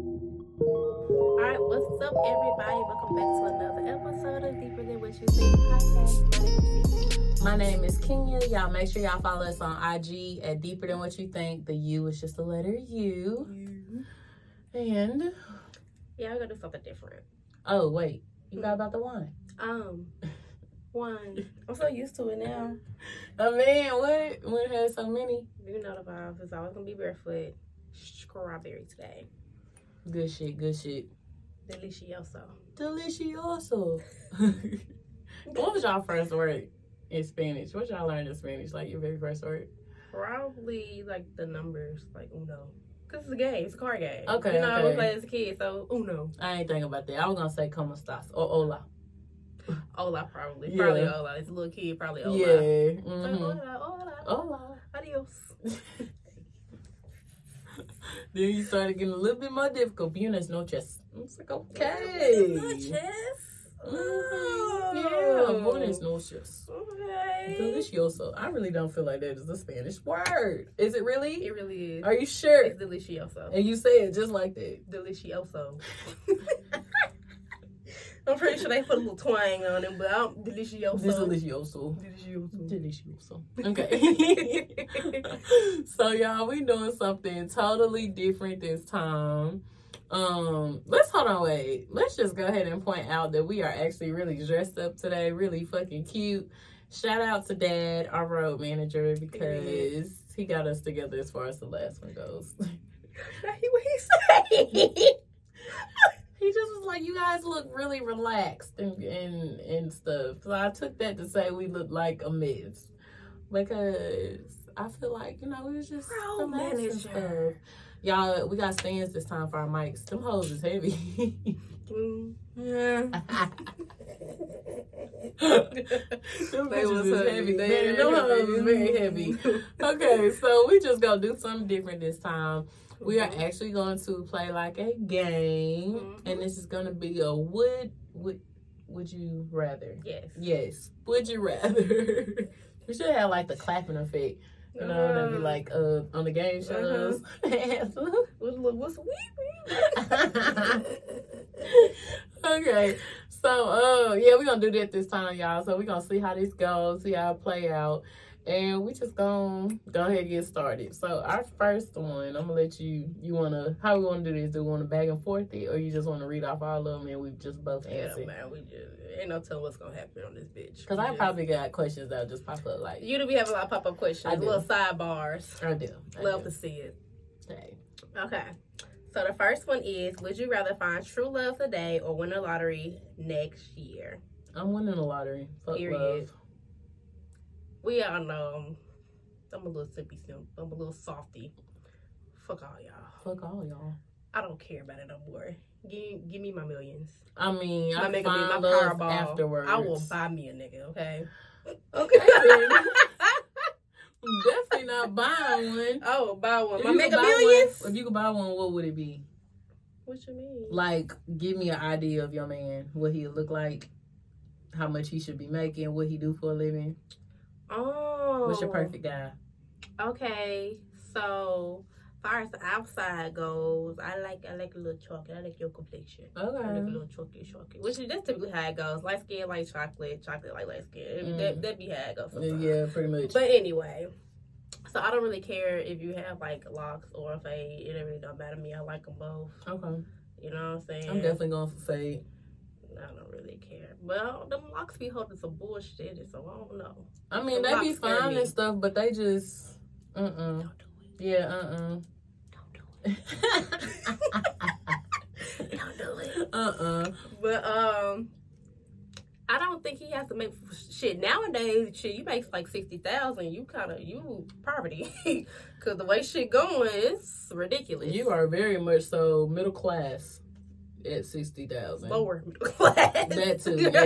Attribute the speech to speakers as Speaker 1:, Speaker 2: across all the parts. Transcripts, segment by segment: Speaker 1: All right, what's up, everybody? Welcome back to another episode of Deeper Than What You Think podcast. My name is Kenya. Y'all make sure y'all follow us on IG at Deeper Than What You Think. The U is just the letter U. And
Speaker 2: Yeah, we're gonna do something different.
Speaker 1: oh wait, you got about the wine.
Speaker 2: Um, one. I'm so used to it now.
Speaker 1: Oh man, what? When it has so many
Speaker 2: You know the vibes. It's always gonna be barefoot. Strawberry today.
Speaker 1: good shit, good shit,
Speaker 2: Delicioso.
Speaker 1: delicioso. what was y'all first word in Spanish? What y'all learned in Spanish? Like your very first word?
Speaker 2: Probably like the numbers, like uno. Cause it's a game. It's a card game.
Speaker 1: Okay,
Speaker 2: You know I
Speaker 1: okay.
Speaker 2: we play as a kid, so uno.
Speaker 1: I ain't thinking about that. I was gonna say como estás or hola.
Speaker 2: Ola probably.
Speaker 1: Yeah.
Speaker 2: Probably ola. It's a little kid. Probably ola.
Speaker 1: Yeah.
Speaker 2: So,
Speaker 1: mhm.
Speaker 2: Ola, ola,
Speaker 1: Hola.
Speaker 2: Adios.
Speaker 1: Then you started getting a little bit more difficult. Buenas noches. I was like, okay.
Speaker 2: Good chess.
Speaker 1: Mhm.
Speaker 2: Oh.
Speaker 1: Yeah, buenas noches.
Speaker 2: Okay.
Speaker 1: Delicioso. I really don't feel like that is a Spanish word. Is it really?
Speaker 2: It really is.
Speaker 1: Are you sure?
Speaker 2: It's delicioso.
Speaker 1: And you say it just like that.
Speaker 2: Delicioso. I'm pretty sure they put a little twang on it, but I'm delicioso.
Speaker 1: Delicioso.
Speaker 2: Delicioso.
Speaker 1: Delicioso. Okay. so y'all, we doing something totally different this time. Um, let's hold on, wait. Let's just go ahead and point out that we are actually really dressed up today, really fucking cute. Shout out to Dad, our road manager, because he got us together as far as the last one goes.
Speaker 2: Now he what he say?
Speaker 1: He just was like, "You guys look really relaxed and and, and stuff." So I took that to say we look like a mess because I feel like you know we was just
Speaker 2: Road
Speaker 1: relaxed and
Speaker 2: manager.
Speaker 1: stuff. Y'all, we got stands this time for our mics. Them hoes is heavy.
Speaker 2: Mm, yeah.
Speaker 1: Them
Speaker 2: They
Speaker 1: bitches
Speaker 2: was
Speaker 1: is
Speaker 2: heavy.
Speaker 1: heavy.
Speaker 2: They
Speaker 1: Man, them hoes is very heavy. Okay, so we just gonna do something different this time. We are
Speaker 2: Mm-hmm.
Speaker 1: actually going to play like a game,
Speaker 2: Mhm.
Speaker 1: and this is gonna be a would would would you rather.
Speaker 2: Yes.
Speaker 1: Yes. Would you rather? we should have like the clapping effect, you know, that'd be
Speaker 2: Um,
Speaker 1: like uh, on the game shows.
Speaker 2: what- look, what's we?
Speaker 1: okay. So, uh, yeah, we're gonna do that this time, y'all. So we're gonna see how this goes, see how it play out, and we just gonna go ahead and get started. So our first one, I'm gonna let you. You wanna how we wanna do this? Do we wanna back and forth it, or you just wanna read off all of them and we just both
Speaker 2: Yeah,
Speaker 1: answer?
Speaker 2: man, we just ain't no telling what's gonna happen on this bitch.
Speaker 1: Because I
Speaker 2: Just-
Speaker 1: probably got questions that'll just pop up like
Speaker 2: you do be having a lot of pop up
Speaker 1: I
Speaker 2: questions,
Speaker 1: do.
Speaker 2: little sidebars.
Speaker 1: I do. I
Speaker 2: Love
Speaker 1: do.
Speaker 2: to see it.
Speaker 1: Okay.
Speaker 2: Okay. So the first one is Would you rather find true love today or win the lottery next year?
Speaker 1: I'm winning the lottery. Fuck
Speaker 2: Period.
Speaker 1: love.
Speaker 2: We all know I'm a little sippy simp. I'm a little softy. Fuck all y'all.
Speaker 1: Fuck all y'all.
Speaker 2: I don't care about it no more. Give, give me my millions.
Speaker 1: I mean,
Speaker 2: My
Speaker 1: I
Speaker 2: nigga be
Speaker 1: find
Speaker 2: my
Speaker 1: love
Speaker 2: Powerball.
Speaker 1: afterwards.
Speaker 2: I will buy me a nigga, okay?
Speaker 1: Okay. baby. I'm definitely not buying one.
Speaker 2: oh, buy one.
Speaker 1: If
Speaker 2: My
Speaker 1: you could
Speaker 2: mega
Speaker 1: buy
Speaker 2: millions?
Speaker 1: One, if you could buy one, what would it be?
Speaker 2: what you mean?
Speaker 1: Like, give me an idea of your man. What he look like. How much he should be making. What he do for a living.
Speaker 2: oh.
Speaker 1: What's your perfect guy?
Speaker 2: Okay, so far as the outside goes, I like I like a little chocolate. I like your complexion. I like a
Speaker 1: Okay.
Speaker 2: little chocolate, chocolate. Which is that's typically how it goes. Light skin like chocolate, chocolate like light skin.
Speaker 1: Mm.
Speaker 2: That that be how it goes. sometimes.
Speaker 1: Yeah, pretty much.
Speaker 2: But anyway, so I don't really care if you have like locks or a fade. It really don't matter to me. I like them both.
Speaker 1: okay.
Speaker 2: You know what I'm saying?
Speaker 1: I'm definitely going for fade.
Speaker 2: I don't really care. Well, them locks be holding some bullshit, and so I don't know.
Speaker 1: I mean, they
Speaker 2: Lock
Speaker 1: be
Speaker 2: scare
Speaker 1: fine
Speaker 2: me.
Speaker 1: and stuff, but they just. Mm-mm.
Speaker 2: Don't do it.
Speaker 1: Yeah, uh-uh.
Speaker 2: Don't do it.
Speaker 1: uh-uh.
Speaker 2: Don't do it. Uh-uh. But um, I don't think he has to make shit nowadays. Shit, you make like sixty thousand, you kind of you poverty, cause the way shit going, it's ridiculous.
Speaker 1: You are very much so middle class at sixty thousand.
Speaker 2: lower middle class.
Speaker 1: That too, yeah. yeah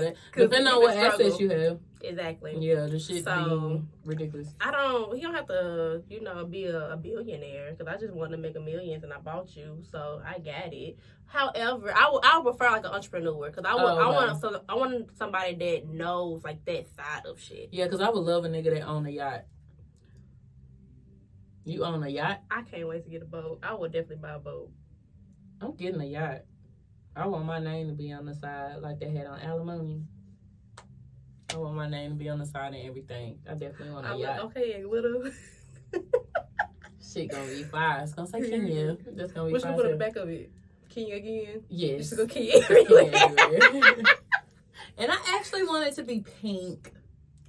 Speaker 1: that,
Speaker 2: 'Cause
Speaker 1: depending
Speaker 2: you
Speaker 1: on what
Speaker 2: can struggle.
Speaker 1: assets you have.
Speaker 2: Exactly.
Speaker 1: Yeah, the shit
Speaker 2: So-
Speaker 1: be ridiculous.
Speaker 2: I don't. He don't have to, you know, be a, a billionaire because I just wanted to make a millions and I bought you, so I got it. However, I would I would prefer like an entrepreneur because I would
Speaker 1: Oh,
Speaker 2: I
Speaker 1: okay.
Speaker 2: want some I want somebody that knows like that side of shit.
Speaker 1: Yeah, because I would love a nigga that own a yacht. You own a yacht?
Speaker 2: I can't wait to get a boat. I would definitely buy a boat.
Speaker 1: I'm getting a yacht. I want my name to be on the side like they had on alimony. I want my name to be on the side and everything. I definitely want a
Speaker 2: I'm
Speaker 1: yacht.
Speaker 2: like, okay, little.
Speaker 1: Shit gonna be fire. It's gonna say Kenya. That's gonna be
Speaker 2: What you
Speaker 1: fire.
Speaker 2: put on
Speaker 1: too.
Speaker 2: the back of it? King again? You
Speaker 1: Yes.
Speaker 2: should go King
Speaker 1: Yeah.
Speaker 2: everywhere.
Speaker 1: and I actually want it to be pink.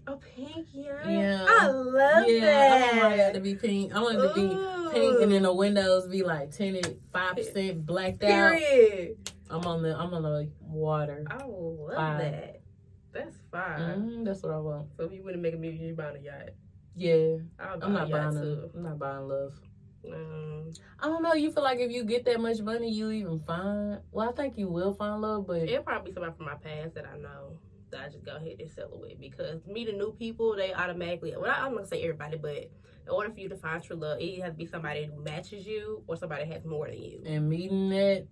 Speaker 2: Oh, pink, yeah.
Speaker 1: Yeah.
Speaker 2: I love
Speaker 1: yeah,
Speaker 2: that.
Speaker 1: I want my yacht to be pink. I want it to be pink, and then the windows be like tinted, five percent blacked out.
Speaker 2: Period.
Speaker 1: I'm on the I'm on the water.
Speaker 2: I love
Speaker 1: Fine.
Speaker 2: that. That's fine.
Speaker 1: Mm, that's what I want.
Speaker 2: So if you wouldn't make a movie, you buying a yacht.
Speaker 1: Yeah,
Speaker 2: I'll buy
Speaker 1: I'm not
Speaker 2: a yacht
Speaker 1: buying. A,
Speaker 2: too.
Speaker 1: I'm not buying love.
Speaker 2: Um,
Speaker 1: I don't know. You feel like if you get that much money, you even find. Well, I think you will find love, but
Speaker 2: it'll probably be somebody from my past that I know that I just go ahead and settle with because meeting new people, they automatically. Well, I'm not gonna say everybody, but in order for you to find true love, it has to be somebody who matches you or somebody that has more than you.
Speaker 1: and meeting that,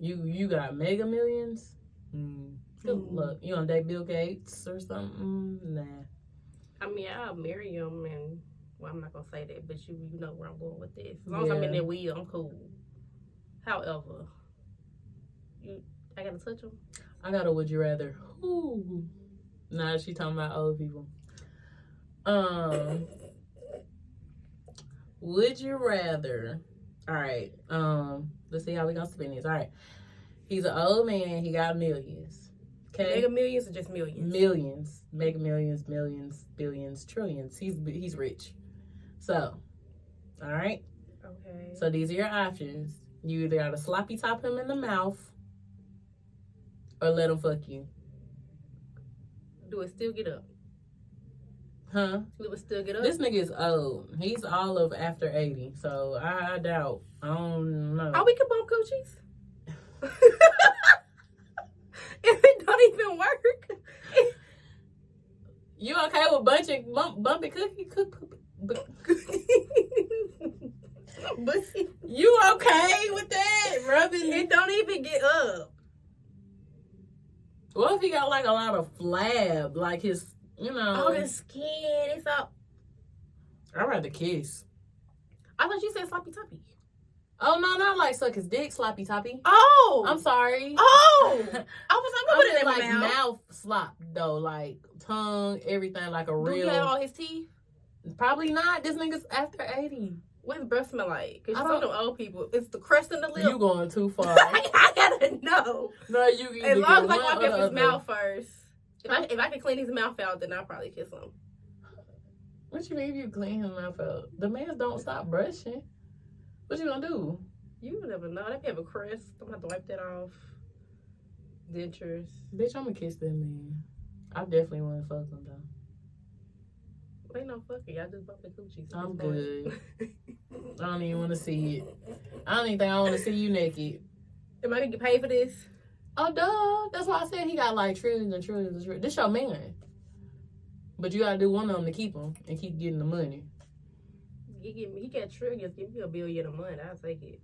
Speaker 1: you you got mega millions. Mm. Good
Speaker 2: Mm.
Speaker 1: luck. You gonna date Bill Gates or something? Mm, Nah.
Speaker 2: I mean, I'll marry him, and well, I'm not gonna say that, but you you know where I'm going with this. As long as I'm in
Speaker 1: Yeah.
Speaker 2: their wheel, I'm cool. However, you I gotta touch him.
Speaker 1: I got a would you rather. Ooh. Nah, she talking about old people. Um. Would you rather? All right. Um. Let's see how we gonna spin this. All right. He's an old man. He got millions. Okay.
Speaker 2: Mega millions or just millions?
Speaker 1: millions, mega millions, millions, billions, trillions. He's he's rich. So, all right.
Speaker 2: okay.
Speaker 1: So these are your options. You either gotta sloppy top him in the mouth, or let him fuck you,
Speaker 2: Do it still get up?
Speaker 1: huh?
Speaker 2: Do it still get up?
Speaker 1: This nigga is old. He's all of after eighty. So I, I doubt. I don't know.
Speaker 2: oh, we can bump coochies. if it don't even work,
Speaker 1: you okay with bunching bump bumpy cookie cook? cook- bu-
Speaker 2: but
Speaker 1: You okay with that? Rubbing
Speaker 2: it don't even get up.
Speaker 1: What if he got like a lot of flab, like his, you know?
Speaker 2: Oh, the skin, it's all.
Speaker 1: I'd rather kiss.
Speaker 2: I thought you said sloppy toppy.
Speaker 1: Oh no, not like suck his dick, sloppy toppy.
Speaker 2: Oh,
Speaker 1: I'm sorry.
Speaker 2: Oh, I was like, what
Speaker 1: I'm
Speaker 2: put it in
Speaker 1: like
Speaker 2: my mouth?
Speaker 1: slop though, like tongue, everything, like a
Speaker 2: Do
Speaker 1: real.
Speaker 2: you have all his teeth?
Speaker 1: Probably not. This nigga's after eighty.
Speaker 2: What his breath smell like? Cause
Speaker 1: I
Speaker 2: you know
Speaker 1: don't-
Speaker 2: them old people. It's the crust in the lip.
Speaker 1: You going too far?
Speaker 2: I, gotta know.
Speaker 1: no, you. either
Speaker 2: As long as
Speaker 1: get
Speaker 2: I can wipe
Speaker 1: one or the
Speaker 2: up his
Speaker 1: other.
Speaker 2: mouth first. If I if I can clean his mouth out, then I'll probably kiss him.
Speaker 1: What you mean if you clean his mouth out? The man don't stop brushing. What you gonna do?
Speaker 2: You never know. They have a crust. I'm gonna have to wipe that off. Dentures.
Speaker 1: Bitch, I'm gonna kiss that man. I definitely want to fuck him though.
Speaker 2: Ain't no fucking. Y'all just bumping coochies. at
Speaker 1: I'm
Speaker 2: this point.
Speaker 1: good. I don't even want to see it. I don't even think I want to see you naked.
Speaker 2: Am I gonna get paid for this?
Speaker 1: Oh, duh. That's why I said he got like trillions and trillions and trillions. This your man. But you gotta do one of them to keep him and keep getting the money.
Speaker 2: He give me. He got trillions. Give me a billion a month. I'll take it.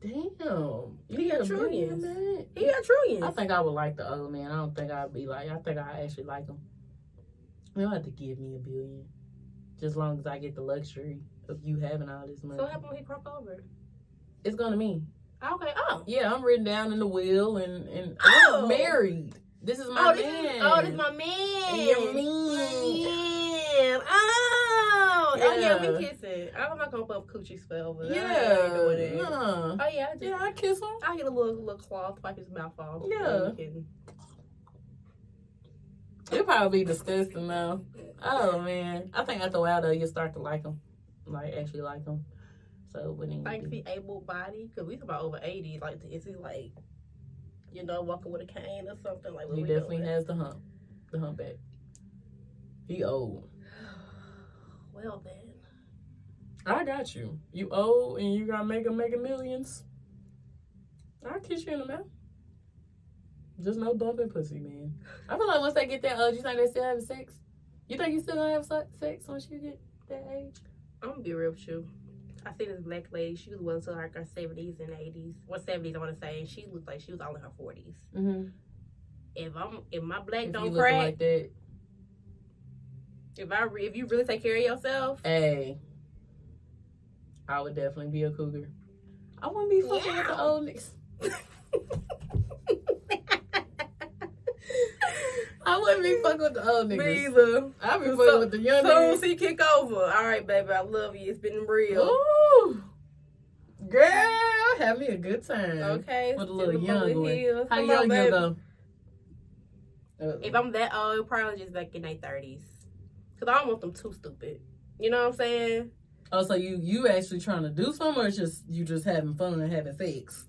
Speaker 1: Damn. You
Speaker 2: He got
Speaker 1: a billion,
Speaker 2: trillions.
Speaker 1: man.
Speaker 2: He got trillions.
Speaker 1: I think I would like the old man. I don't think I'd be like, I think I actually like him. You don't have to give me a billion. Just as long as I get the luxury of you having all this money.
Speaker 2: so what happened when he crossed over?
Speaker 1: it's going to me.
Speaker 2: Okay. Oh.
Speaker 1: Yeah, I'm written down in the will and, and
Speaker 2: Oh.
Speaker 1: I'm married. This is my
Speaker 2: oh, this
Speaker 1: man.
Speaker 2: is oh, this is my man.
Speaker 1: Your
Speaker 2: man. Oh, oh yeah, we
Speaker 1: Yeah.
Speaker 2: kissing. I'm not gonna bump coochies forever. I ain't doing
Speaker 1: Yeah.
Speaker 2: it.
Speaker 1: Nah.
Speaker 2: Oh yeah, I just
Speaker 1: Yeah, I kiss him.
Speaker 2: I get a little little cloth, wipe his mouth off.
Speaker 1: Yeah.
Speaker 2: You can-
Speaker 1: It'd probably be disgusting though. Oh man, I think after a while though you start to like them, like actually like them. So it wouldn't
Speaker 2: Like
Speaker 1: even be
Speaker 2: the able body, cause we about over eighty. Like, is he like, you know, walking with a cane or something? Like, what
Speaker 1: he
Speaker 2: we
Speaker 1: definitely
Speaker 2: doing?
Speaker 1: has the hump, the humpback. He old.
Speaker 2: Well then,
Speaker 1: I got you. You old and you got mega mega millions. I kiss you in the mouth. Just no bumping pussy, man. I feel like once they get that old, you think they still having sex? You think you still gonna have se- sex once you get that age?
Speaker 2: I'm gonna be real with you. I see this black lady. She was well into like her seventies and eighties, or seventies, I want to say, and she looked like she was all in her forties.
Speaker 1: Mm-hmm.
Speaker 2: if I'm if my black
Speaker 1: If you
Speaker 2: don't
Speaker 1: looking
Speaker 2: crack,
Speaker 1: like that, Eh.
Speaker 2: if I re, if you really take care of yourself,
Speaker 1: hey, I would definitely be a cougar. I wouldn't be fucking with the
Speaker 2: Yeah.
Speaker 1: old niggas. I wouldn't be fucking with the old
Speaker 2: Me
Speaker 1: niggas.
Speaker 2: either.
Speaker 1: I'd be
Speaker 2: So-
Speaker 1: fucking with the young
Speaker 2: Soon
Speaker 1: niggas.
Speaker 2: she kick over. All right, baby, I love you. It's been real.
Speaker 1: Ooh. Girl, have me a good time.
Speaker 2: Okay.
Speaker 1: With a
Speaker 2: Still
Speaker 1: little
Speaker 2: the
Speaker 1: young
Speaker 2: bullet
Speaker 1: one.
Speaker 2: heels.
Speaker 1: How
Speaker 2: Come
Speaker 1: young
Speaker 2: on,
Speaker 1: you
Speaker 2: baby.
Speaker 1: go? Uh,
Speaker 2: If I'm that old, probably just back in their thirties. Cause I don't want them too stupid. You know what I'm saying?
Speaker 1: Oh, so you you actually trying to do something, or it's just you just having fun and having sex?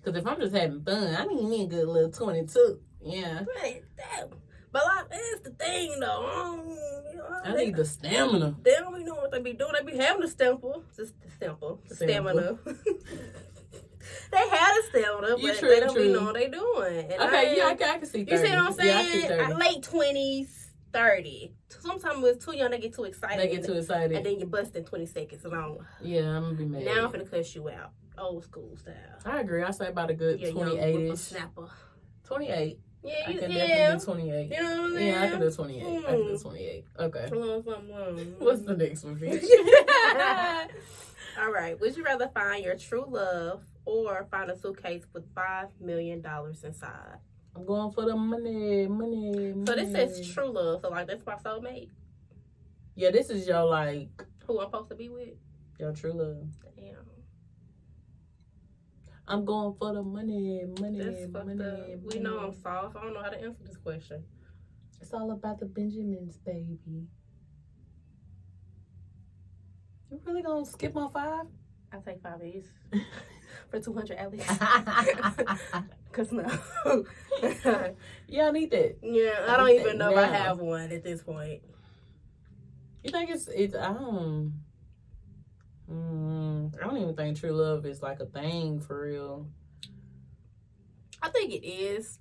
Speaker 1: Because if I'm just having fun, I need me a good little twenty two. Yeah,
Speaker 2: Right, damn. But like, that's the thing though. I don't- you know, I
Speaker 1: I
Speaker 2: don't
Speaker 1: need the stamina.
Speaker 2: They don't even know what they be doing. They be having the stample. Just the stample. The
Speaker 1: Stample.
Speaker 2: stamina. they had a stamina,
Speaker 1: You
Speaker 2: but
Speaker 1: true,
Speaker 2: they don't
Speaker 1: true.
Speaker 2: be knowing what they doing. And I-
Speaker 1: Okay, yeah, I, can- I can see. 30.
Speaker 2: You see what I'm
Speaker 1: Yeah, I see
Speaker 2: saying?
Speaker 1: 30.
Speaker 2: Uh, Late twenties, thirty. Sometimes it's too young, they get too excited.
Speaker 1: they get too
Speaker 2: and
Speaker 1: excited.
Speaker 2: then you bust in twenty seconds long.
Speaker 1: Yeah, I'm gonna be mad.
Speaker 2: Now I'm gonna cuss you out. Old school style.
Speaker 1: I agree. I say about a good
Speaker 2: Yeah, young
Speaker 1: twenty eight ish.
Speaker 2: whippersnapper.
Speaker 1: Twenty eight.
Speaker 2: Yeah,
Speaker 1: I
Speaker 2: you,
Speaker 1: can
Speaker 2: yeah.
Speaker 1: definitely do twenty eight.
Speaker 2: You know what I'm saying?
Speaker 1: Yeah, I can do twenty eight. I can do
Speaker 2: Mm.
Speaker 1: twenty eight. Okay.
Speaker 2: Long, long, long.
Speaker 1: What's the next one, bitch?
Speaker 2: All right. Would you rather find your true love or find a suitcase with five million dollars inside?
Speaker 1: I'm going for the money, money, money.
Speaker 2: So this says true love. So like that's my soulmate,
Speaker 1: Yeah, this is your like
Speaker 2: who I'm supposed to be with.
Speaker 1: your true love.
Speaker 2: Damn.
Speaker 1: I'm going for the money, money,
Speaker 2: That's fucked
Speaker 1: money,
Speaker 2: up.
Speaker 1: money.
Speaker 2: We know I'm soft. I don't know how to answer this question.
Speaker 1: It's all about the Benjamins, baby. You really gonna skip on five?
Speaker 2: I take five A's for two hundred at least. Cause no.
Speaker 1: yeah, I need that.
Speaker 2: yeah, I don't even know if I have one at this point.
Speaker 1: You think it's it's I don't. Mm, I don't even think true love is like a thing for real.
Speaker 2: I think it is,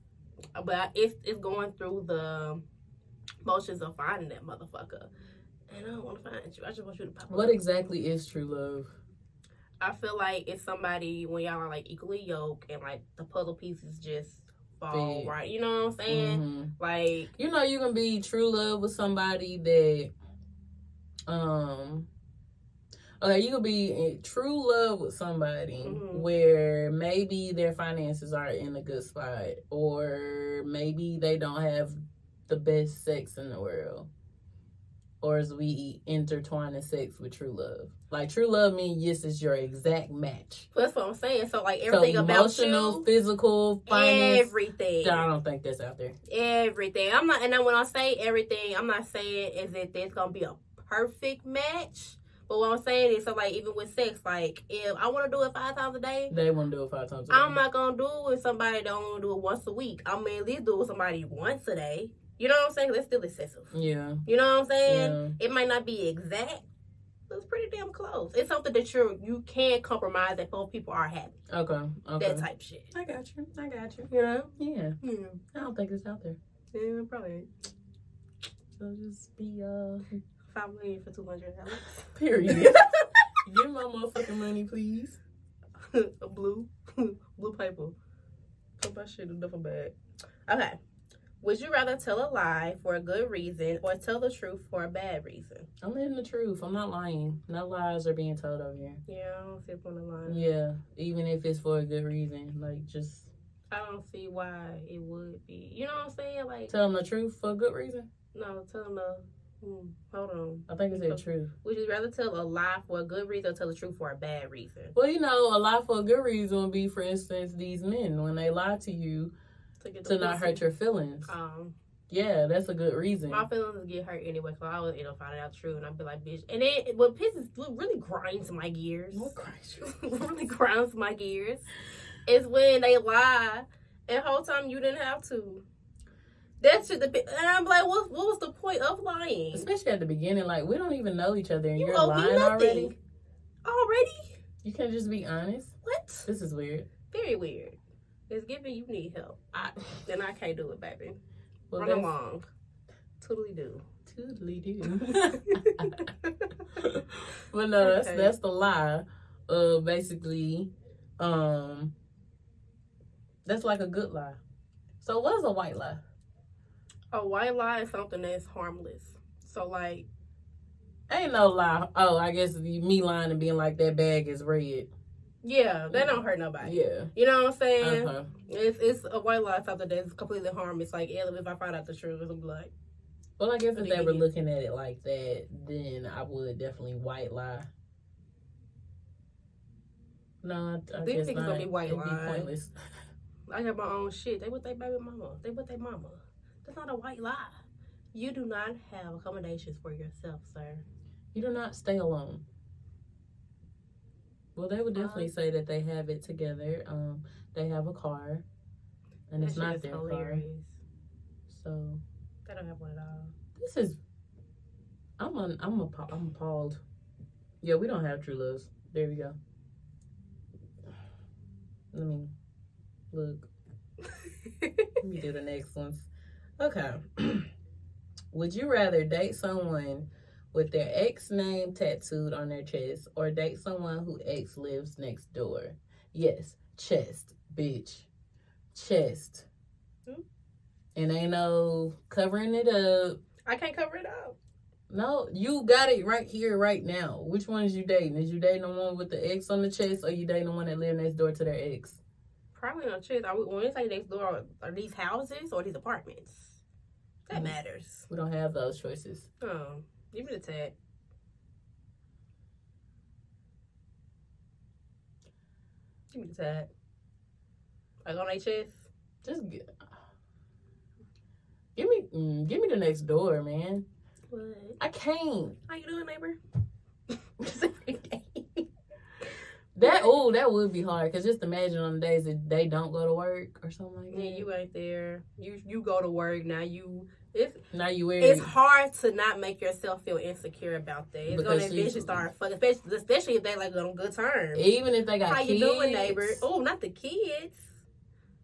Speaker 2: but it's it's going through the motions of finding that motherfucker. And I don't want to find you. I just want you to pop
Speaker 1: What
Speaker 2: up.
Speaker 1: exactly is true love?
Speaker 2: I feel like it's somebody when y'all are like equally yoked and like the puzzle pieces just fall
Speaker 1: Fit.
Speaker 2: right. You know what I'm saying?
Speaker 1: Mhm.
Speaker 2: Like
Speaker 1: you know you can be true love with somebody that um okay you can be in true love with somebody
Speaker 2: Mhm.
Speaker 1: where maybe their finances are in a good spot or maybe they don't have the best sex in the world or as we intertwining sex with true love like true love means yes it's your exact match
Speaker 2: that's what I'm saying. So like everything
Speaker 1: so
Speaker 2: about
Speaker 1: emotional
Speaker 2: you,
Speaker 1: physical finance
Speaker 2: everything.
Speaker 1: i don't think that's out there
Speaker 2: everything. I'm not, and then when I say everything, I'm not saying is that there's gonna be a perfect match. But what I'm saying is, so like even with sex, like if I want to do it five times a day,
Speaker 1: they wouldn't do it five times a day.
Speaker 2: I'm not gonna do it with somebody that only do it once a week. I'm at least do it with somebody once a day. You know what I'm saying? That's still excessive.
Speaker 1: yeah
Speaker 2: You know what I'm saying?
Speaker 1: Mm-hmm. yeah
Speaker 2: It might not be exact, but it's pretty damn close. It's something that you you can compromise that both people are happy.
Speaker 1: Okay. Okay.
Speaker 2: That type shit.
Speaker 1: I got you. I got you.
Speaker 2: You know?
Speaker 1: Yeah.
Speaker 2: Yeah,
Speaker 1: I don't think it's out there.
Speaker 2: yeah probably.
Speaker 1: So just be uh
Speaker 2: Five million for two hundred
Speaker 1: period. Give my motherfucking money, please.
Speaker 2: a blue, blue paper. Put my shit in a duffel bag. Okay. Would you rather tell a lie for a good reason or tell the truth for a bad reason?
Speaker 1: I'm living the truth. I'm not lying. No lies are being told over here.
Speaker 2: Yeah, I don't see a point in lying.
Speaker 1: Yeah. Even if it's for a good reason. Like just
Speaker 2: I don't see why it would be. You know what I'm saying? Like,
Speaker 1: tell them the truth for a good reason.
Speaker 2: no, tell them the. Hmm, hold on.
Speaker 1: I think it's the truth.
Speaker 2: Would you rather tell a lie for a good reason or tell the truth for a bad reason?
Speaker 1: Well, you know, a lie for a good reason would be, for instance, these men when they lie to you
Speaker 2: To, get
Speaker 1: to not
Speaker 2: pussy?
Speaker 1: hurt your feelings.
Speaker 2: Um,
Speaker 1: Yeah, that's a good reason.
Speaker 2: my feelings get hurt anyway, so I always end up finding out true, and I'd be like, bitch. And then what pisses, what really grinds my gears,
Speaker 1: Oh, Christ.
Speaker 2: really grinds my gears, is when they lie and whole time you didn't have to. That's just the. pi- And I'm like, what? What was the point of lying?
Speaker 1: Especially at the beginning, like we don't even know each other, and
Speaker 2: You
Speaker 1: you're
Speaker 2: owe me
Speaker 1: lying
Speaker 2: nothing.
Speaker 1: already.
Speaker 2: Already?
Speaker 1: You can't just be honest.
Speaker 2: What?
Speaker 1: This is weird.
Speaker 2: Very weird. It's giving you need help. I then I can't do it, baby.
Speaker 1: Well,
Speaker 2: Run along. Totally do.
Speaker 1: Toodly do. but no, that's
Speaker 2: Okay.
Speaker 1: that's the lie. Uh, basically, um, that's like a good lie. So what is a white lie?
Speaker 2: A white lie is something that's harmless. So like
Speaker 1: Ain't no lie. Oh, I guess me lying and being like that bag is red.
Speaker 2: Yeah, that don't hurt nobody.
Speaker 1: Yeah. Uh-huh.
Speaker 2: You know what I'm saying?
Speaker 1: Okay.
Speaker 2: It's it's a white lie something that's completely harmless. Like, yeah, if I find out the truth, I'm like,
Speaker 1: Well, I guess if they were
Speaker 2: Idiot.
Speaker 1: looking at it like that, then I would definitely white lie. No, I, I
Speaker 2: These
Speaker 1: guess
Speaker 2: niggas
Speaker 1: not.
Speaker 2: gonna be white
Speaker 1: It'd
Speaker 2: lying.
Speaker 1: Be pointless.
Speaker 2: I got my own shit. They with their baby mama. They with their mama. That's not a white lie. You do not have accommodations for yourself, sir.
Speaker 1: You do not stay alone. Well, they would definitely
Speaker 2: Um,
Speaker 1: say that they have it together. Um, they have a car, and it's
Speaker 2: That shit
Speaker 1: not
Speaker 2: is
Speaker 1: their car.
Speaker 2: hilarious.
Speaker 1: So
Speaker 2: They don't have one at all.
Speaker 1: this is. I'm on. I'm appa- I'm appalled. Yeah, we don't have true loves. There we go. Let me look. Let me do the next ones. Okay. Would you rather date someone with their ex name tattooed on their chest or date someone who ex lives next door? Yes, chest, bitch. Chest.
Speaker 2: Hmm.
Speaker 1: And ain't no covering it up.
Speaker 2: I can't cover it up.
Speaker 1: No, you got it right here, right now. Which one is you dating? Is you dating the one with the ex on the chest or you dating the one that lives next door to their ex?
Speaker 2: Probably not chance. I would when they say next door are, are these houses or these apartments. That
Speaker 1: Mm.
Speaker 2: matters.
Speaker 1: We don't have those choices.
Speaker 2: Um, give me the tag. Give me the tag. Like on their chest.
Speaker 1: Just g give me, mm, give me the next door, man.
Speaker 2: What?
Speaker 1: I can't.
Speaker 2: How you doing, neighbor?
Speaker 1: That oh, that would be hard. Cause just imagine on the days that they don't go to work or something like that.
Speaker 2: yeah, you ain't there. You you go to work now. You it's
Speaker 1: now you wear
Speaker 2: it's hard to not make yourself feel insecure about that. It's
Speaker 1: Because
Speaker 2: gonna
Speaker 1: you-
Speaker 2: eventually start fucking, especially, especially if they like on good terms.
Speaker 1: even if they got
Speaker 2: How you
Speaker 1: kids.
Speaker 2: doing, neighbor? Oh, not the kids.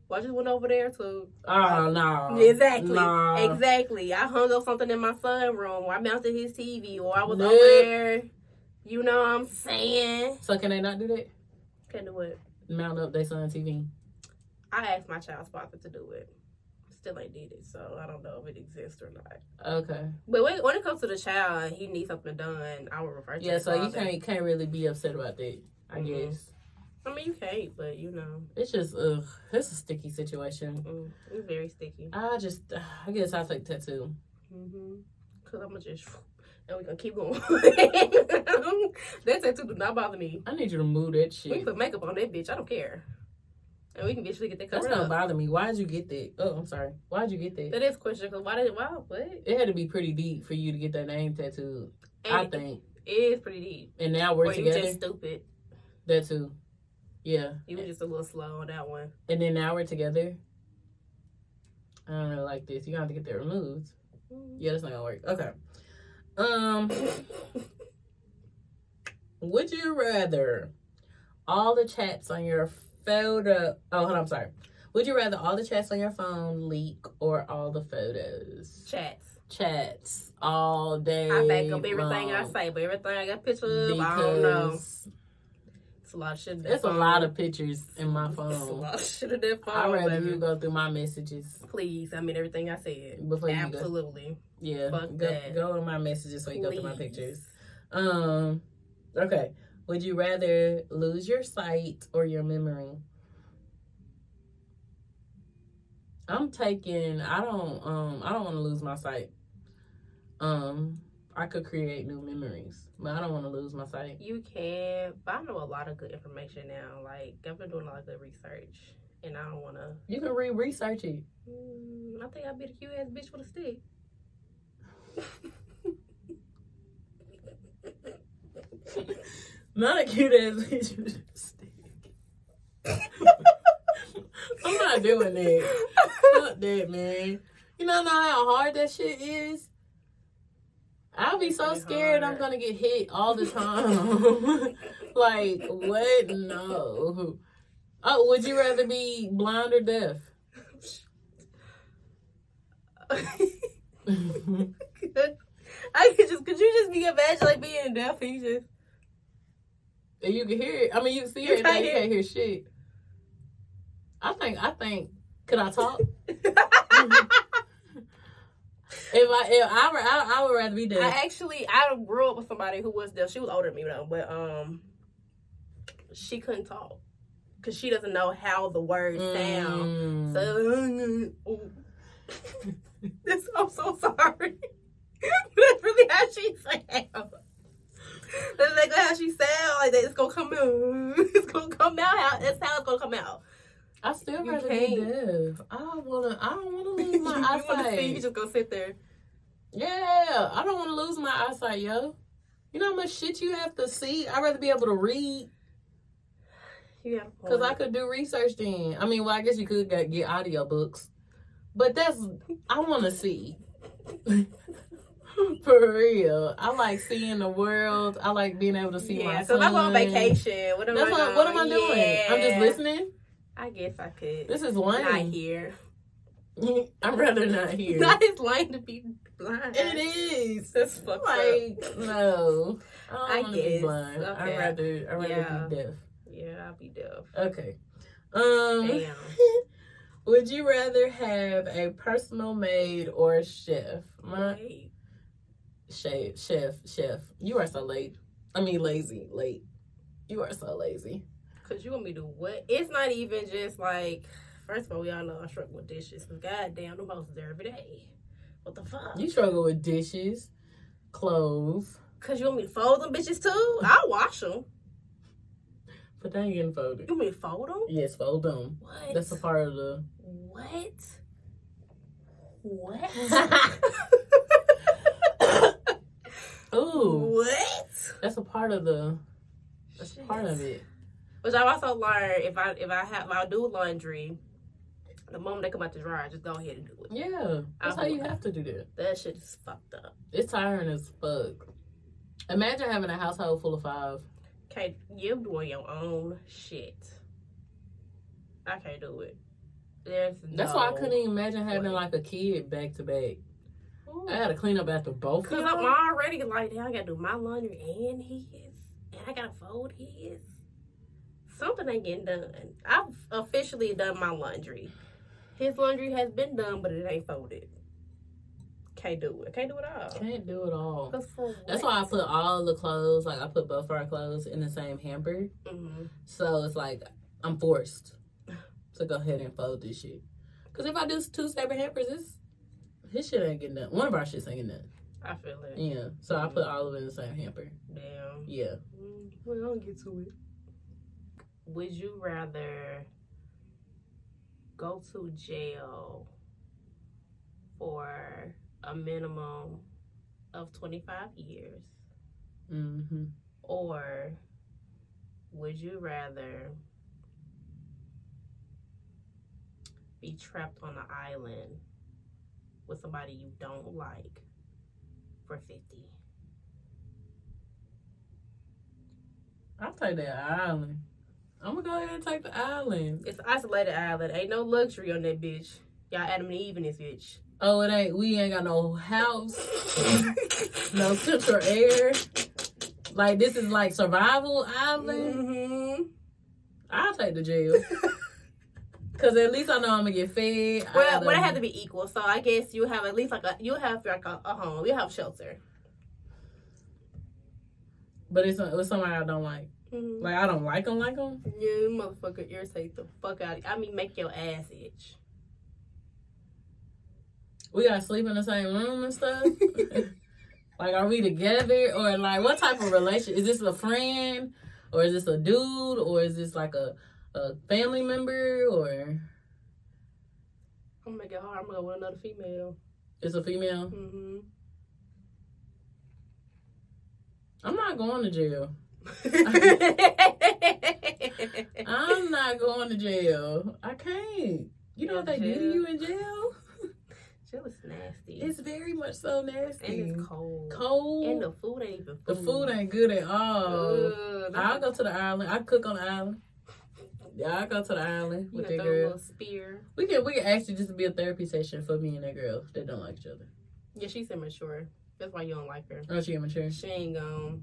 Speaker 2: Well, I just went over there to
Speaker 1: Oh no.
Speaker 2: exactly,
Speaker 1: No.
Speaker 2: exactly. I hung up something in my son's room, or I mounted his TV, or I was
Speaker 1: Nope.
Speaker 2: over there. You know what I'm saying?
Speaker 1: So can they not do that?
Speaker 2: Can do it.
Speaker 1: Mount up their son TV.
Speaker 2: I asked my child's father to do it. Still ain't did it, so I don't know if it exists or not.
Speaker 1: Okay.
Speaker 2: But when, when it comes to the child, and he needs something done. I would refer to.
Speaker 1: Yeah.
Speaker 2: the
Speaker 1: So you
Speaker 2: father.
Speaker 1: can't can't really be upset about that. I
Speaker 2: Mhm.
Speaker 1: guess
Speaker 2: I mean, you can't, but you know,
Speaker 1: it's just ugh. It's a sticky situation.
Speaker 2: mm, it's very sticky.
Speaker 1: I just I guess I take tattoo.
Speaker 2: Mm-hmm. Cause I'm gonna just, and we gonna keep going. that tattoo do not bother me.
Speaker 1: I need you to move that
Speaker 2: We can
Speaker 1: shit.
Speaker 2: put makeup on that bitch. I don't care. And we can eventually get that
Speaker 1: That's
Speaker 2: covered
Speaker 1: not
Speaker 2: up.
Speaker 1: bother me. Why'd you get that? Oh, I'm sorry. Why'd you get that?
Speaker 2: That is question. Cause why did why what?
Speaker 1: It had to be pretty deep for you to get that name tattooed. I
Speaker 2: And
Speaker 1: think.
Speaker 2: it is pretty deep.
Speaker 1: And now
Speaker 2: Or
Speaker 1: we're
Speaker 2: you
Speaker 1: together.
Speaker 2: just stupid.
Speaker 1: That too. Yeah.
Speaker 2: You were just a little slow on that one.
Speaker 1: And then now we're together. I don't really like this. You're gonna have to get that removed. Yeah, that's not gonna work. Okay. Um would you rather all the chats on your photo oh hold on, I'm sorry. Would you rather all the chats on your phone leak or all the photos?
Speaker 2: Chats.
Speaker 1: Chats all day.
Speaker 2: I back up everything I
Speaker 1: long.
Speaker 2: say, but everything I got pictures of, I don't know.
Speaker 1: Because
Speaker 2: It's a lot of shit.
Speaker 1: It's a lot of pictures in my
Speaker 2: It's a
Speaker 1: phone.
Speaker 2: lot of shit in that phone.
Speaker 1: I'd rather
Speaker 2: baby.
Speaker 1: you go through my messages
Speaker 2: Please, I mean everything I said.
Speaker 1: before you go.
Speaker 2: Absolutely.
Speaker 1: Yeah,
Speaker 2: Fuck
Speaker 1: go,
Speaker 2: that.
Speaker 1: go in my messages so you go through my
Speaker 2: Please.
Speaker 1: pictures. Um, okay. Would you rather lose your sight or your memory? I'm taking. I don't. Um, I don't want to lose my sight. Um, I could create new memories, but I don't want to lose my sight.
Speaker 2: You can, but I know a lot of good information now. Like I've been doing a lot of good research, and I don't want to.
Speaker 1: You can re-research it.
Speaker 2: Mm, I think I beat a cute ass bitch with a stick.
Speaker 1: Not a cute ass bitch. I'm not doing that. Fuck that, man. You don't know how hard that shit is. I'll be so
Speaker 2: Pretty
Speaker 1: scared I'm
Speaker 2: hard.
Speaker 1: gonna get hit all the time. like, what? No. Oh, would you rather be blind or deaf?
Speaker 2: I could just. Could you just be imagine like being deaf and you just.
Speaker 1: And you can hear it. I mean, you can see
Speaker 2: You
Speaker 1: it, but
Speaker 2: can't
Speaker 1: you
Speaker 2: hear-
Speaker 1: can't hear shit. I think. I think. Could I talk? If if I if I were I, I would rather be deaf.
Speaker 2: I actually I grew up with somebody who was deaf. She was older than me though, but um, she couldn't talk because she doesn't know how the words sound.
Speaker 1: Mm.
Speaker 2: So, this, I'm so sorry. That's really how she sounds. That's like how she sounds. Like that. It's gonna come out. It's gonna come out. How, that's how it's gonna come out.
Speaker 1: I still
Speaker 2: You
Speaker 1: rather be
Speaker 2: can't.
Speaker 1: deaf. I wanna. I don't wanna lose
Speaker 2: you
Speaker 1: my
Speaker 2: want to see? You
Speaker 1: eyesight.
Speaker 2: just gonna sit there.
Speaker 1: Yeah, I don't wanna lose my eyesight, yo. You know how much shit you have to see. I'd rather be able to read
Speaker 2: You have
Speaker 1: because I could do research. Then I mean, well, I guess you could get, get audio books, but that's I wanna see. For real, I like seeing the world. I like being able to see
Speaker 2: yeah,
Speaker 1: my.
Speaker 2: so if I go on
Speaker 1: son.
Speaker 2: vacation, what am
Speaker 1: That's
Speaker 2: I?
Speaker 1: what, what am I
Speaker 2: gonna-
Speaker 1: doing? I'm
Speaker 2: Yeah.
Speaker 1: just listening.
Speaker 2: I guess I could.
Speaker 1: This is
Speaker 2: not
Speaker 1: lame.
Speaker 2: here.
Speaker 1: I'd rather not hear.
Speaker 2: Not as lame to be blind.
Speaker 1: It is.
Speaker 2: That's fucked up.
Speaker 1: Like no, I
Speaker 2: I
Speaker 1: don't want to be
Speaker 2: guess.
Speaker 1: blind. I'd
Speaker 2: Okay.
Speaker 1: rather I'd rather
Speaker 2: Yeah.
Speaker 1: be deaf.
Speaker 2: Yeah, I'll be deaf.
Speaker 1: Okay. Um,
Speaker 2: Damn.
Speaker 1: would you rather have a personal maid or a chef? My
Speaker 2: Wait.
Speaker 1: chef, chef, chef. You are so late. I mean, lazy, late. You are so lazy.
Speaker 2: Cause you want me to do what? It's not even just like. First of all, we all know I struggle with dishes. Cause goddamn, them hoes there every day. What the fuck?
Speaker 1: You struggle with dishes, clothes,
Speaker 2: Cause you want me to fold them bitches too? I'll wash them.
Speaker 1: but they ain't getting folded.
Speaker 2: You want me to fold them?
Speaker 1: Yes, fold them.
Speaker 2: What?
Speaker 1: That's a part of the.
Speaker 2: What? What?
Speaker 1: Ooh,
Speaker 2: what?
Speaker 1: that's a part of the. That's
Speaker 2: Shit.
Speaker 1: part of it.
Speaker 2: Which I've also learned if I if I have if I do laundry, the moment they come out the dryer, just go ahead and do it.
Speaker 1: Yeah, that's
Speaker 2: I
Speaker 1: how you
Speaker 2: would.
Speaker 1: have to do that.
Speaker 2: That shit is fucked up.
Speaker 1: It's tiring as fuck. Imagine having a household full of five.
Speaker 2: Can't you doing your own shit? I can't do it. There's
Speaker 1: That's
Speaker 2: no
Speaker 1: why I couldn't even imagine having
Speaker 2: way.
Speaker 1: like a kid back to back. I had to clean up after both
Speaker 2: Cause
Speaker 1: of
Speaker 2: I'm
Speaker 1: them.
Speaker 2: already like, now I gotta do my laundry and his, and I gotta fold his. Something ain't getting done. I've officially done my laundry. His laundry has been done, but it ain't folded. Can't do it. Can't do it all.
Speaker 1: Can't do it all.
Speaker 2: Cause for
Speaker 1: That's
Speaker 2: what?
Speaker 1: why I put all the clothes, like I put both our clothes in the same hamper.
Speaker 2: Mhm.
Speaker 1: So it's like I'm forced to go ahead and fold this shit. Cause if I do two separate hampers, it's his shit ain't getting done. One of our shits ain't getting done.
Speaker 2: I feel it.
Speaker 1: Yeah. So I put all of it in the same hamper.
Speaker 2: Damn.
Speaker 1: Yeah.
Speaker 2: Mm, Well, I'll get to it. Would you rather go to jail for a minimum of 25 years
Speaker 1: Mm-hmm.
Speaker 2: or would you rather be trapped on an island with somebody you don't like for 50?
Speaker 1: I'll take that island. I'm gonna go ahead and take the island.
Speaker 2: It's isolated island. Ain't no luxury on that bitch. Y'all Adam and Eve in this bitch.
Speaker 1: Oh, it ain't. We ain't got no house, no central air. Like this is like survival island.
Speaker 2: Mm-hmm.
Speaker 1: I'll take the jail. Cause at least I know I'm gonna get fed.
Speaker 2: Well, well, it had to be equal. So I guess you have at least like a you have like a, a home. You have shelter.
Speaker 1: but it's, it's somebody I don't like.
Speaker 2: Mm-hmm.
Speaker 1: Like I don't like them, like them.
Speaker 2: You motherfucker irritate the fuck out. of I mean, make your ass itch.
Speaker 1: We gotta sleep in the same room and stuff. like, are we together or like what type of relation? Is this a friend or is this a dude or is this like a a family member or
Speaker 2: I'm gonna make it hard. I'm gonna go with another female.
Speaker 1: it's a female?
Speaker 2: Mm-hmm.
Speaker 1: I'm not going to jail. I'm not going to jail. I can't. You know what they do to you in jail?
Speaker 2: Jail is nasty.
Speaker 1: It's very much so nasty.
Speaker 2: and it's cold.
Speaker 1: cold.
Speaker 2: And the food ain't even.
Speaker 1: the food ain't good at all.
Speaker 2: Ugh, that's
Speaker 1: I'll go to the island. I cook on the island. Yeah, I'll go to the island
Speaker 2: You
Speaker 1: with
Speaker 2: can
Speaker 1: that
Speaker 2: throw a
Speaker 1: girl.
Speaker 2: little spear.
Speaker 1: We can we can actually just be a therapy session for me and that girl that don't like each other.
Speaker 2: Yeah, she's immature. That's why you don't like her.
Speaker 1: Oh, she immature.
Speaker 2: She ain't gon'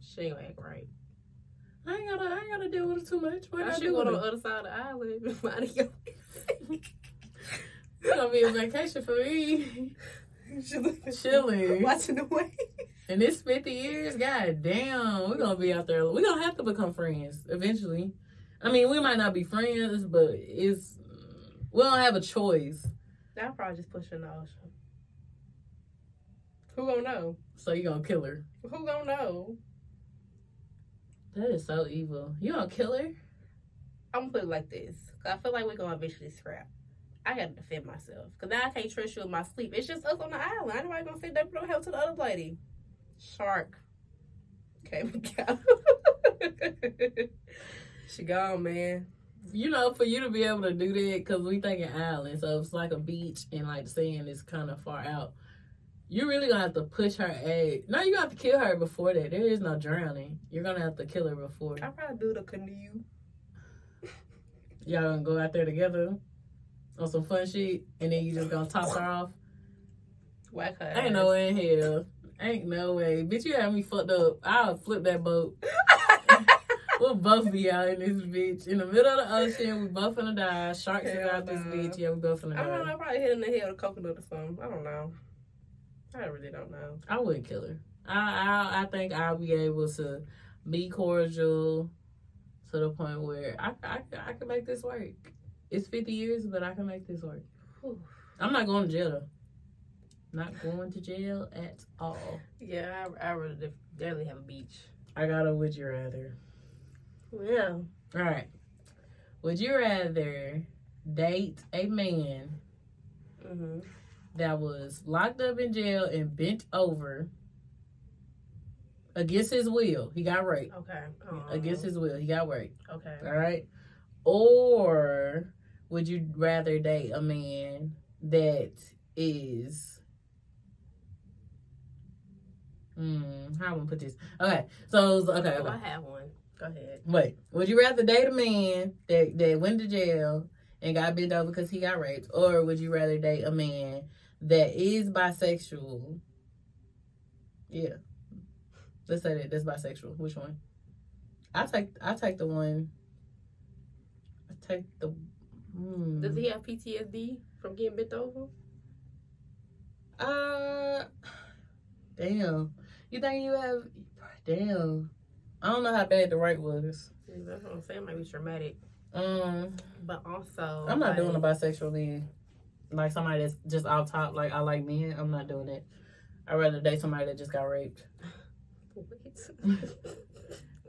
Speaker 2: she ain't gonna act right.
Speaker 1: I ain't gotta I ain't gotta deal with it too much. What
Speaker 2: I
Speaker 1: I
Speaker 2: should
Speaker 1: do
Speaker 2: go
Speaker 1: with
Speaker 2: to the
Speaker 1: it?
Speaker 2: other side of the island. Mind your-
Speaker 1: It's gonna be a vacation for me.
Speaker 3: She looking-
Speaker 1: Chilling.
Speaker 3: Watching the way.
Speaker 1: And it's 50 years, god damn, we're gonna be out there. We're gonna have to become friends eventually. I mean, we might not be friends, but it's we don't have a choice.
Speaker 2: I'll probably just push her in the ocean. Who gonna know?
Speaker 1: So you're gonna kill her.
Speaker 2: Who gonna know?
Speaker 1: That is so evil. You gonna kill her?
Speaker 2: I'm gonna put it like this. 'cause I feel like we're gonna eventually scrap. I gotta defend myself. Cause now I can't trust you in my sleep. It's just us on the island. I know I gonna sit there and throw help to the other lady. Shark. Okay, we go. she gone, man.
Speaker 1: You know, for you to be able to do that, because we think an island, so it's like a beach and like sand is kind of far out. You really gonna have to push her egg. No, you have to kill her before that. There is no drowning. You're gonna have to kill her before.
Speaker 2: I probably do the canoe.
Speaker 1: Y'all gonna go out there together on some fun shit, and then you just gonna toss her off.
Speaker 2: Whack her.
Speaker 1: Ain't no way in hell. Ain't no way. Bitch, you have me fucked up. I'll flip that boat. We'll both be out in this bitch. In the middle of the ocean, we both finna die. Sharks is
Speaker 2: Hell
Speaker 1: out this
Speaker 2: nah.
Speaker 1: bitch. Yeah, we both finna
Speaker 2: I don't know.
Speaker 1: die.
Speaker 2: I probably hit in the head with a coconut or something. I don't know. I really don't know.
Speaker 1: I wouldn't kill her. I, I I think I'll be able to be cordial to the point where I, I, I can make this work. It's 50 years, but I can make this work.
Speaker 2: Whew.
Speaker 1: I'm not going to jail, though. Not going to jail at all.
Speaker 2: Yeah, I, I really def- definitely have a beach.
Speaker 1: I got a would you rather.
Speaker 2: Yeah.
Speaker 1: All right. Would you rather date a man
Speaker 2: Mm-hmm.
Speaker 1: that was locked up in jail and bent over against his will? He got raped.
Speaker 2: Okay. Um,
Speaker 1: Against his will, he got raped.
Speaker 2: Okay.
Speaker 1: All right. Or would you rather date a man that is Hmm, how I'm gonna put this? Okay, so okay,
Speaker 2: Oh,
Speaker 1: okay.
Speaker 2: I have one. Go ahead.
Speaker 1: Wait, would you rather date a man that, that went to jail and got bent over because he got raped, or would you rather date a man that is bisexual? Yeah, let's say that that's bisexual. Which one? I take I take the one. I take the. Hmm.
Speaker 2: Does he have PTSD from getting bent over?
Speaker 1: Uh, damn. You think you have? Damn. I don't know how bad the rape was.
Speaker 2: That's what I'm saying. It might be traumatic,
Speaker 1: Um.
Speaker 2: but also
Speaker 1: I'm not
Speaker 2: like,
Speaker 1: doing a bisexual man. Like somebody that's just off top, like I like men. I'm not doing it. I'd rather date somebody that just got raped.
Speaker 2: What?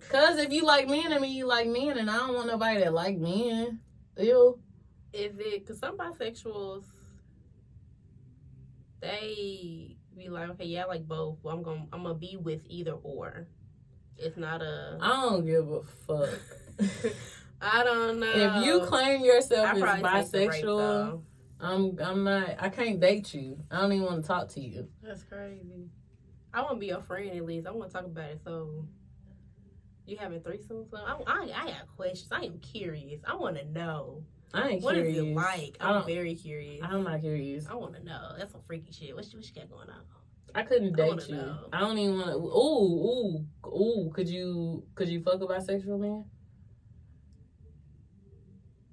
Speaker 1: Cause if you like men, I mean you like men, and I don't want nobody that like men. Ew.
Speaker 2: Is it because some bisexuals they be like, okay, yeah, I like both. Well, I'm gonna I'm gonna be with either or. It's not a.
Speaker 1: I don't give a fuck.
Speaker 2: I don't know.
Speaker 1: if you claim yourself
Speaker 2: I
Speaker 1: as
Speaker 2: probably take the rape,
Speaker 1: bisexual,
Speaker 2: though.
Speaker 1: I'm I'm not. I can't date you. I don't even want to talk to you.
Speaker 2: That's crazy. I want to be your friend at least. I want to talk about it. So, you having threesomes? So I, I, I got questions. I am curious. I want to know.
Speaker 1: I ain't
Speaker 2: What is
Speaker 1: curious. Um,
Speaker 2: it like?
Speaker 1: I
Speaker 2: I'm
Speaker 1: don't.
Speaker 2: very curious.
Speaker 1: I'm not curious.
Speaker 2: I want to know. That's some freaky shit. What you, what you got going on?
Speaker 1: I couldn't
Speaker 2: I
Speaker 1: date
Speaker 2: wanna
Speaker 1: you.
Speaker 2: know.
Speaker 1: I don't even want to. Ooh, ooh, ooh. Could you? Could you fuck a bisexual man?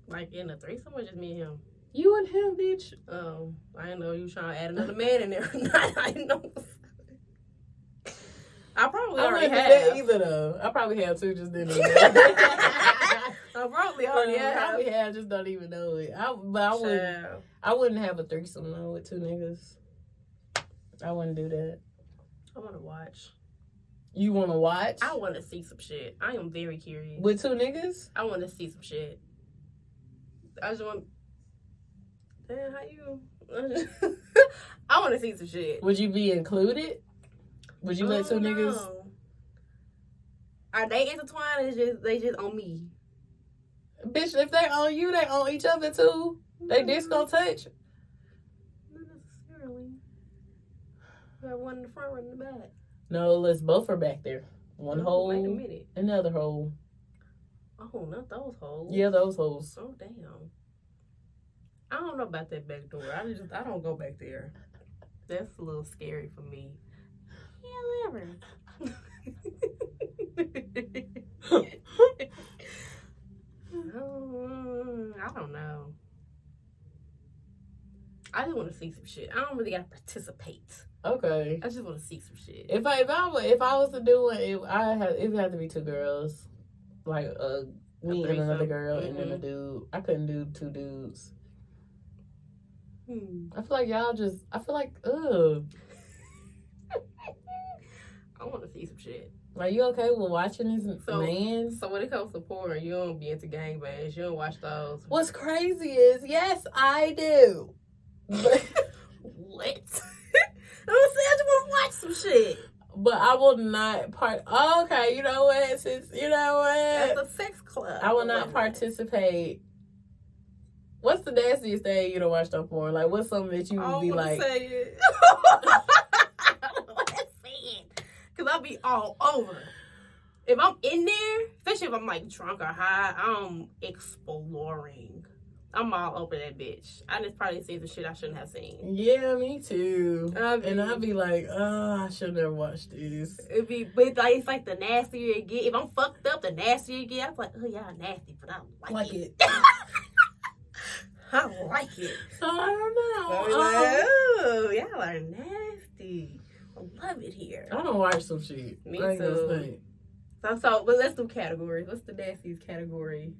Speaker 2: Like in a threesome or just me and him?
Speaker 1: You and him, bitch.
Speaker 2: Oh, I didn't know you was trying to add another man in there. I didn't know. I probably
Speaker 1: I
Speaker 2: already
Speaker 1: wouldn't do that
Speaker 2: have.
Speaker 1: either though. I probably have too, just didn't know. that. Oh,
Speaker 2: I probably
Speaker 1: Um, I
Speaker 2: already have.
Speaker 1: probably have, just don't even know it. I, but I wouldn't.
Speaker 2: Child.
Speaker 1: I wouldn't have a threesome though with two niggas. I wouldn't do that.
Speaker 2: I want to watch.
Speaker 1: You want to watch
Speaker 2: I want to see some shit. I am very curious.
Speaker 1: with two niggas?
Speaker 2: I want to see some shit. I just want. Damn, how you? I want to see some shit.
Speaker 1: Would you be included? Would you let
Speaker 2: I
Speaker 1: two
Speaker 2: don't
Speaker 1: niggas?
Speaker 2: know. Are they intertwined? Or is just they just on me?
Speaker 1: Bitch, if they own you, they own each other too.
Speaker 2: Mm-hmm.
Speaker 1: They dicks gonna touch.
Speaker 2: Not necessarily. You got one in the front, one in the back.
Speaker 1: No, let's both are back there. One
Speaker 2: Ooh,
Speaker 1: hole,
Speaker 2: Wait a minute.
Speaker 1: another hole.
Speaker 2: Oh, not those holes.
Speaker 1: Yeah, those holes.
Speaker 2: Oh damn. I don't know about that back door. I just I don't go back there. That's a little scary for me. Yeah, ever. I don't know. I I just want to see some shit. I don't really gotta participate.
Speaker 1: Okay.
Speaker 2: I just want to see some shit.
Speaker 1: If I if I wa- if I was to do it, it I have it would have to be two girls, like uh, me and another
Speaker 2: threesome.
Speaker 1: girl, and then a
Speaker 2: Mhm.
Speaker 1: dude. I couldn't do two dudes.
Speaker 2: Hmm.
Speaker 1: I feel like y'all just. I feel like ugh.
Speaker 2: I want to see some shit.
Speaker 1: Are you okay with watching this
Speaker 2: So-
Speaker 1: man?
Speaker 2: So when it comes to porn, you don't be into gangbangs. You don't watch those.
Speaker 1: What's crazy is yes, I do. But,
Speaker 2: What? I'm saying I just want to watch some shit.
Speaker 1: but I will not part. Okay, you know what? Since you know
Speaker 2: That's
Speaker 1: what,
Speaker 2: a sex club.
Speaker 1: I will not participate. What's the nastiest thing you don't watch on porn? Like, what's something that you
Speaker 2: I
Speaker 1: would
Speaker 2: don't
Speaker 1: be
Speaker 2: wanna
Speaker 1: like?
Speaker 2: say it. I don't want to say it because I'll be all over. If I'm in there, especially if I'm like drunk or high, I'm exploring. I'm all over that bitch. I just probably seen some shit I shouldn't have seen.
Speaker 1: Yeah, me too.
Speaker 2: I
Speaker 1: and I'll
Speaker 2: mean-
Speaker 1: be like, oh, I should never watch this.
Speaker 2: It'd be, but like, it's like the nastier it get. If I'm fucked up, the nastier it get. I'm like, oh y'all nasty, but I like,
Speaker 1: Like
Speaker 2: it.
Speaker 1: it.
Speaker 2: I like it.
Speaker 1: So I
Speaker 2: I'm
Speaker 1: don't know.
Speaker 2: like,
Speaker 1: Um,
Speaker 2: oh, y'all are nasty. I love it here.
Speaker 1: I don't watch some shit.
Speaker 2: Me
Speaker 1: I ain't gonna
Speaker 2: too.
Speaker 1: think.
Speaker 2: Oh, So, so but let's do categories. What's the nastiest category?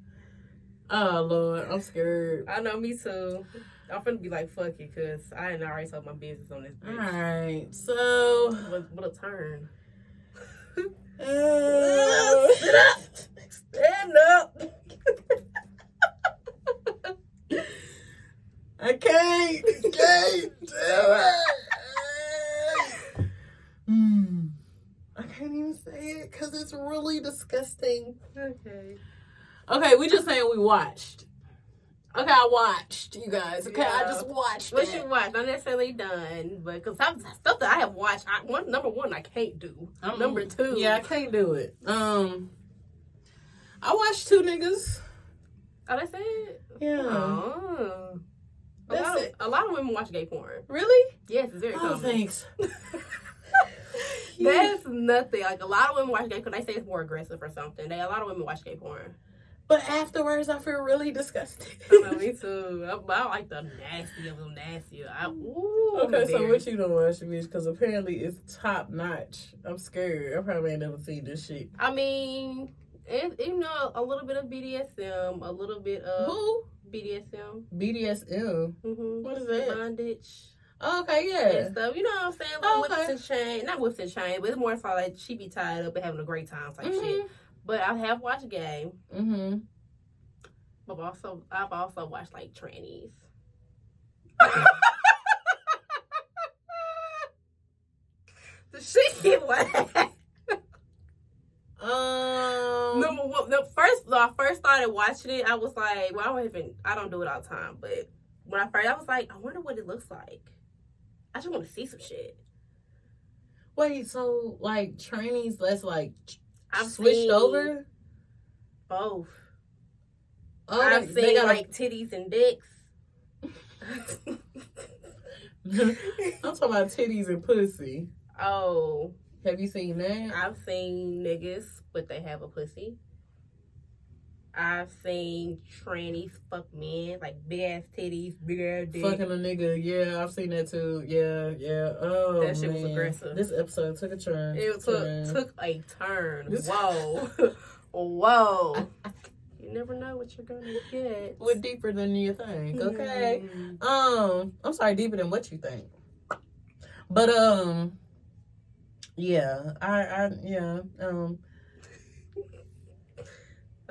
Speaker 1: Oh Lord, I'm scared.
Speaker 2: I know me too. I'm finna be like fuck it, cause I ain't already told my business on this
Speaker 1: All
Speaker 2: bitch.
Speaker 1: right, so
Speaker 2: What, what a turn.
Speaker 1: uh,
Speaker 2: Sit up. Stand up.
Speaker 1: I can't, can't do it. Hmm. I can't even say it because it's really disgusting.
Speaker 2: Okay.
Speaker 1: Okay, we just saying we watched. Okay, I watched you guys. Okay, I
Speaker 2: Yeah.
Speaker 1: just watched.
Speaker 2: What
Speaker 1: it.
Speaker 2: you watch? Not necessarily done, but because some stuff that I have watched, I, one number one I can't do.
Speaker 1: Mm-mm.
Speaker 2: Number two,
Speaker 1: Mm. Yeah, I can't do it. Um, I watched two niggas.
Speaker 2: Oh, that's it.
Speaker 1: Yeah.
Speaker 2: Oh. A
Speaker 1: That's
Speaker 2: lot, of,
Speaker 1: it.
Speaker 2: a lot of women watch gay porn.
Speaker 1: Really?
Speaker 2: Yes, it's very
Speaker 1: Oh,
Speaker 2: common.
Speaker 1: thanks.
Speaker 2: That's nothing. Like a lot of women watch gay porn. They say it's more aggressive or something. They a lot of women watch gay porn.
Speaker 1: But afterwards, I feel really disgusted.
Speaker 2: I know, me too. I, but I like the nasty of them nasty. I, ooh,
Speaker 1: Okay, so
Speaker 2: there.
Speaker 1: what you don't watch, bitch? Because apparently it's top notch. I'm scared. I probably ain't never seen this shit.
Speaker 2: I mean, it, you know, a little bit of BDSM, a little bit of
Speaker 1: Who?
Speaker 2: BDSM.
Speaker 1: BDSM.
Speaker 2: Mm-hmm.
Speaker 1: What is that? Oh,
Speaker 2: Bondage.
Speaker 1: Okay, yeah.
Speaker 2: and stuff. You know what I'm saying? Like
Speaker 1: Oh,
Speaker 2: whips
Speaker 1: okay.
Speaker 2: and chain, not whips and chain, but it's more so like she be tied up and having a great time type shit.
Speaker 1: Mhm.
Speaker 2: But I have watched gay.
Speaker 1: Mhm.
Speaker 2: But also, I've also watched like trannies. the shit get whack.
Speaker 1: Um.
Speaker 2: Number one, the first when I first started watching it, I was like, well, I don't even, I don't do it all the time, but when I first, I was like, I wonder what it looks like. I just want to see some shit.
Speaker 1: Wait. So like trainees, that's like
Speaker 2: I've
Speaker 1: switched
Speaker 2: seen
Speaker 1: over.
Speaker 2: both.
Speaker 1: Oh,
Speaker 2: I've
Speaker 1: they-
Speaker 2: seen
Speaker 1: they got a-
Speaker 2: like titties and dicks.
Speaker 1: I'm talking about titties and pussy.
Speaker 2: oh,
Speaker 1: Have you seen that?
Speaker 2: I've seen niggas, but they have a pussy. I've seen trannies fuck men, like big ass titties, big ass dick.
Speaker 1: Fucking a nigga, yeah, I've seen that too. Yeah, yeah. Oh,
Speaker 2: That shit was
Speaker 1: man.
Speaker 2: aggressive.
Speaker 1: This episode took a turn.
Speaker 2: it
Speaker 1: Turn.
Speaker 2: took took a turn.
Speaker 1: This-
Speaker 2: Whoa, whoa. You never know what you're gonna get.
Speaker 1: We're deeper than you
Speaker 2: Mm-hmm.
Speaker 1: think. Okay. Um, I'm sorry, deeper than what you think. But um, yeah, I, I, yeah, um,